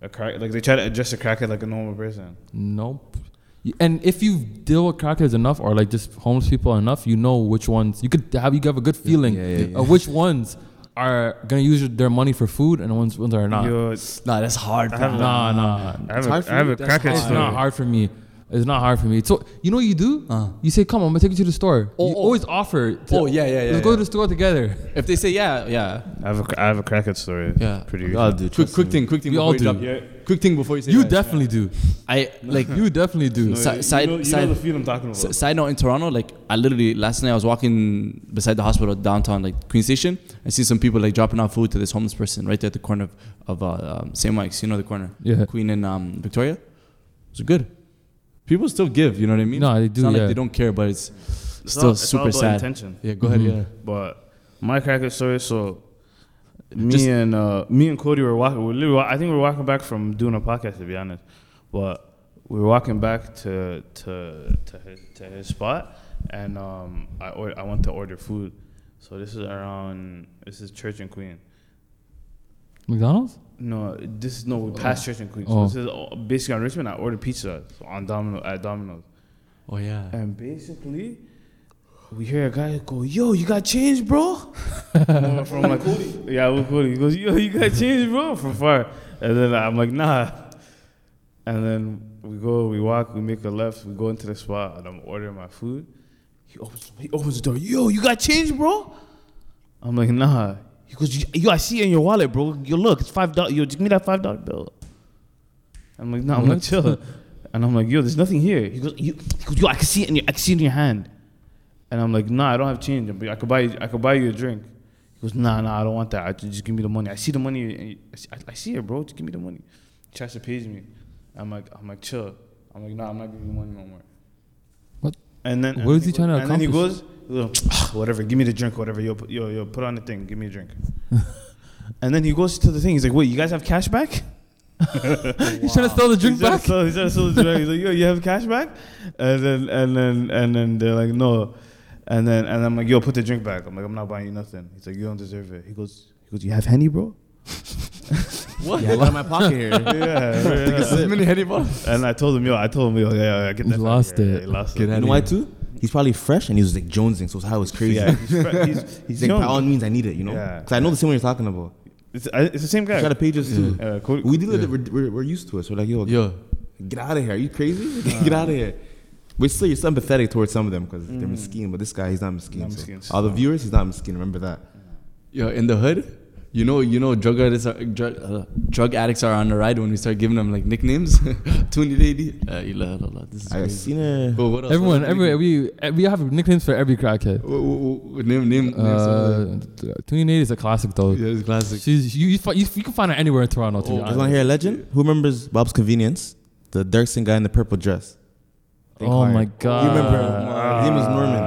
A: a crack. Like they try to address a crackhead like a normal person.
E: e-
C: Nope. You- And if you deal with crackheads enough, or like just homeless people enough, you know which ones you could have. You have a good feeling
B: yeah, yeah, yeah.
C: of which ones are gonna use their money for food and ones ones are not.
A: Yo,
E: Nah, that's hard.
A: I
E: bro.
A: have a-
C: Nah, nah.
A: I have a,
B: hard for
A: I have
B: you?
A: a
B: That's
A: crackhead
C: It's
A: story.
C: not hard for me. It's not hard for me. So you know what you do?
E: Uh.
C: You say, "Come, I'm gonna take you to the store."
E: Oh,
C: you
E: oh.
C: always offer. To,
E: Oh, yeah, yeah, yeah,
C: Let's go
E: yeah.
C: to the store together.
E: If they say yeah, yeah.
A: I have a cra- I have a crackhead story.
E: Yeah. Uh,
A: pretty.
D: God,
A: recent.
D: dude.
E: Quick,
D: trust
E: quick
D: me.
E: thing, quick thing.
C: We
E: before
C: all
E: you
C: do.
E: jump.
A: Yeah.
E: Quick thing before you say
C: You
E: yeah.
C: definitely do.
E: I like
C: You definitely do.
E: Si-
A: you
E: side-
A: know, you
E: side-
A: know the feel I'm talking about.
E: S- side note in Toronto, like I literally last night I was walking beside the hospital downtown, like Queen Station. I see some people like dropping off food to this homeless person right there at the corner of, of uh, um, St. Mike's. You know the corner,
C: Yeah.
E: Queen and um, Victoria. It's good. People still give. You know what I mean?
C: No, they
E: It's
C: do,
E: not
C: yeah.
E: like they don't care, but it's
A: It's
E: still
A: all- it's all
E: super
A: about
E: sad.
A: Intention.
E: yeah. Go ahead.
C: Mhm.
E: Yeah.
A: But my crackhead story. So me
E: Just-
A: and uh, me and Cody were walking. We're literally, wa- I think we were walking back from doing a podcast, to be honest. But we were walking back to to to his, to his spot, and um, I or, I went to order food. So this is around. This is Church and Queen.
C: McDonald's?
A: No, this is no. We passed Church and Queen. So
C: Oh.
A: this is all- basically on Richmond. I ordered pizza on Domino at Domino's.
E: Oh yeah.
A: And basically, we hear a guy go, "Yo, you got change, bro?" from from like, yeah, we're cool. He goes, "Yo, you got change, bro?" From far, and then I'm like, "Nah." And then we go, we walk, we make a left, we go into the spot, and I'm ordering my food. He opens, he opens the door. Yo, you got change, bro? I'm like, nah. He goes, "You- yo, I see it in your wallet, bro. Yo, look, it's five dollars. Yo, just give me that five dollar bill. I'm like, nah. I'm like,
C: What?
A: chill. And I'm like, yo, there's nothing here. He goes, you, he goes, yo, I can see it in your, I can see it in your hand. And I'm like, nah, I don't have change. But I could buy, I could buy you a drink. He goes, nah, nah, I don't want that. I, just give me the money. I see the money. I see, I see it, bro. Just give me the money. He tries to page me. I'm like, I'm like, chill. I'm like, nah, I'm not giving you money no more.
C: What?
A: And then
C: What
A: and
C: is he
A: go-
C: trying to
A: And then he
C: accomplish?
A: goes, he goes, "Ah, whatever, give me the drink, whatever. Yo, put- yo, yo, put on the thing, give me a drink. and then he goes to the thing. He's like, wait, you guys have cash back?
C: You trying to steal the drink
A: He's trying
C: back?
A: to sell- he's trying to sell the drink. He's like, yo, you have cash back? And then and then and then they're like, no. And then and I'm like, yo, put the drink back. I'm like, I'm not buying you nothing. He's like, you don't deserve it. He goes, he goes, you have henny, bro?
D: What? Yeah, I got in my pocket here.
A: yeah. yeah.
E: Mini heady balls.
A: And I told him, yo, I told him, yo, yeah, yeah, get
C: He
A: that.
C: lost
A: yeah, yeah,
C: it.
A: he lost
B: Get
A: it.
B: out
D: You know why too? He's probably fresh and he was like jonesing, so his high was crazy.
A: Yeah, he's, fre- he's,
D: He's
A: he's
D: like, by all
A: young.
D: means, I need it, you know?
A: Yeah.
D: Because I know the same one you're talking about.
A: It's, I- it's the same guy.
D: You got to pay just too.
A: Uh, Cody-
D: We deal with it, we're, we're, we're used to it. So we're like, yo,
E: Yo.
D: get out of here. Are you crazy? get out of here. But still, you're sympathetic towards some of them because they're miskin, but this guy, he's not miskin.
A: Not
D: so.
A: miskin,
D: All the viewers, he's not miskin. Remember that.
E: Yo, in the hood, you know, you know, drug addicts are drug, uh, drug addicts are on the ride when we start giving them like nicknames. Twenty lady. Uh, la, la, la, this is
D: I
E: crazy.
D: seen it.
E: But what else?
C: Everyone,
E: What else
C: every
E: nickname?
C: we we have nicknames for every crackhead.
E: Wha- wha- wha- Name, name, name some of
C: Uh, Twenty Eight is a classic though.
E: the- yeah, it's classic.
C: She's you, you, fi- you you can find her anywhere in Toronto. To
E: Oh,
C: be
E: I
D: You
C: honest.
D: want to hear a legend? Who remembers Bob's Convenience? The Dirksen guy in the purple dress. Think
C: Oh
D: hard.
C: my
D: You remember
C: god!
D: him? His name was Norman.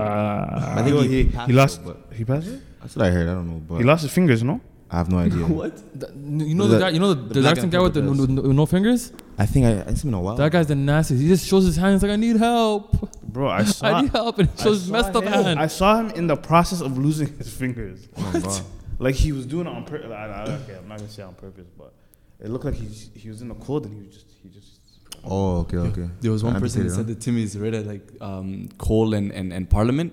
D: I think he,
A: He lost. He passed it?
D: That's what I heard. I don't know, but
A: He lost his fingers, no?
D: I have no idea.
E: What?
C: The- you know the,
D: The-
C: guy. You know
D: the
C: the, the,
D: black
C: Jackson
D: guy
C: guy with the
D: with
C: no, no, no fingers.
D: I think I, it's been a while.
C: That guy's the nastiest. He just shows his hands like I need help.
A: Bro, I saw.
C: I need help, and he
A: I
C: shows his
A: saw
C: messed up
A: him-
C: hand.
A: I saw him in the process of losing his fingers.
D: Oh my God.
A: Like he was doing it on purpose. I, I, okay, I'm not gonna say on purpose, but it looked like he he was in the cold and he was just he just.
D: Oh, okay, okay.
E: There was one
D: I
E: person that
D: understand,
E: said that Timmy's read at like um, Cole and, and, and Parliament,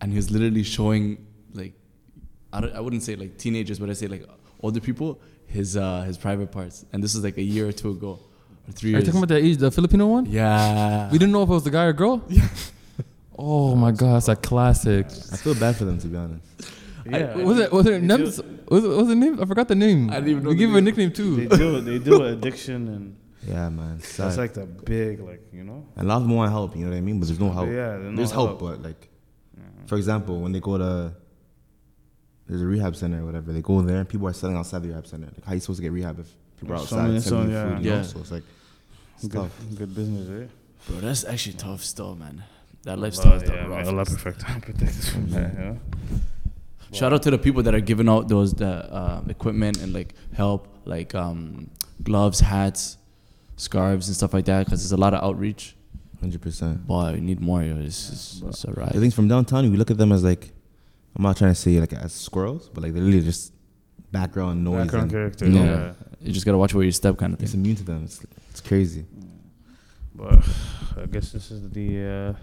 E: and he was literally showing like I, don't, I wouldn't say like teenagers, but I say like older people his uh, his private parts, and this was like a year or two ago, or three
C: Are you
E: years.
C: talking about the age, the Filipino one?
E: yeah,
C: We didn't know if it was a guy or girl. Yeah. Oh my god, that's a classic.
D: I feel bad for them to be honest.
A: Yeah,
C: I- was it was it
A: They
C: names? Was it, was it name? I forgot the name.
E: I didn't even know
C: We
E: the
C: gave her a
E: name.
C: nickname
A: They
C: too.
A: deal they deal with addiction and
D: Yeah, man. Sad.
A: that's like the big like you know.
D: a lot of them want help. You know what I mean? But there's no help.
A: Yeah, there's no
D: there's help,
A: help.
D: but like, for example, when they go to there's a rehab center or whatever, they go in there and people are selling outside the rehab center. Like, how you supposed to get rehab if people are
A: Someone
D: outside
A: is
D: selling you
A: selling-
D: food?
E: yeah.
D: You
E: Yeah.
D: know? So it's like, it's
A: Good,
D: tough.
A: good business, eh? right?
E: bro, that's actually tough still, man. That
A: Allah,
E: lifestyle is the
A: yeah, may
E: roughest.
A: Allah perfect protect us from that, you know?
E: Shout out to the people that are giving out those the uh, equipment and like help, like um, gloves, hats, scarves, and stuff like that, because there's a lot of outreach.
D: Hundred percent.
E: Boy, we need more. Yo. It's, it's, it's a
D: The
E: ride.
D: things from downtown, we look at them as like, I'm not trying to say like as squirrels, but like they're literally just background noise.
A: Background
D: and
A: character,
E: Yeah.
A: yeah.
E: You just gotta watch where you step, kind of
D: It's
E: thing.
D: immune to them. It's, it's crazy.
A: But I guess this is the uh,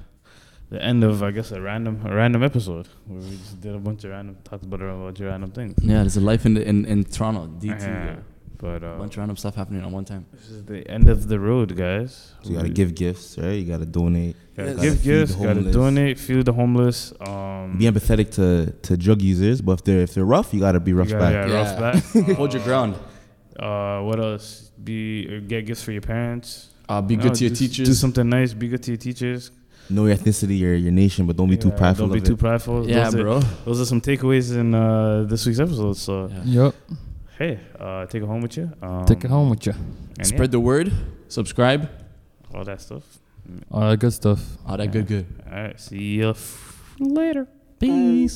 A: the end of I guess a random a random episode where we just did a bunch of random talked about a bunch of random things.
E: Yeah, there's a life in the, in, in Toronto, DT.
A: Yeah.
E: yo.
A: But
E: A
A: uh,
E: bunch of random stuff happening at one time.
A: this is the end of the road, guys.
D: So you gotta give gifts, right? You gotta donate.
A: Gotta
E: Yes.
A: give
D: Gotta feed
A: gifts.
D: the
A: Gotta
D: homeless.
A: donate. Feed the homeless. Um,
D: Be empathetic to, to drug users, but if they're if they're rough, you gotta be
A: you
D: rough
A: gotta-
D: back.
A: Yeah, rough
E: Yeah.
A: back.
E: Hold your
A: Uh,
E: ground.
A: Uh, what else? Be or get gifts for your parents.
E: Uh, be
A: You
E: good
A: know,
E: to your
A: do s-
E: teachers.
A: Do something nice. Be good to your teachers.
D: Know your ethnicity or your nation, but don't be too
A: Yeah,
D: prideful.
A: Don't be
D: of
A: too
D: it.
A: prideful.
E: yeah,
A: those
E: bro.
A: Are, those are some takeaways in uh, this week's episode. So
E: Yeah.
C: Yep.
A: hey, uh, take it home with you. Um,
C: Take it home with you.
A: and
E: Spread the word. Subscribe.
A: yeah, all that stuff.
C: All that good stuff.
E: All that good, good.
A: All right. See you later.
E: Peace.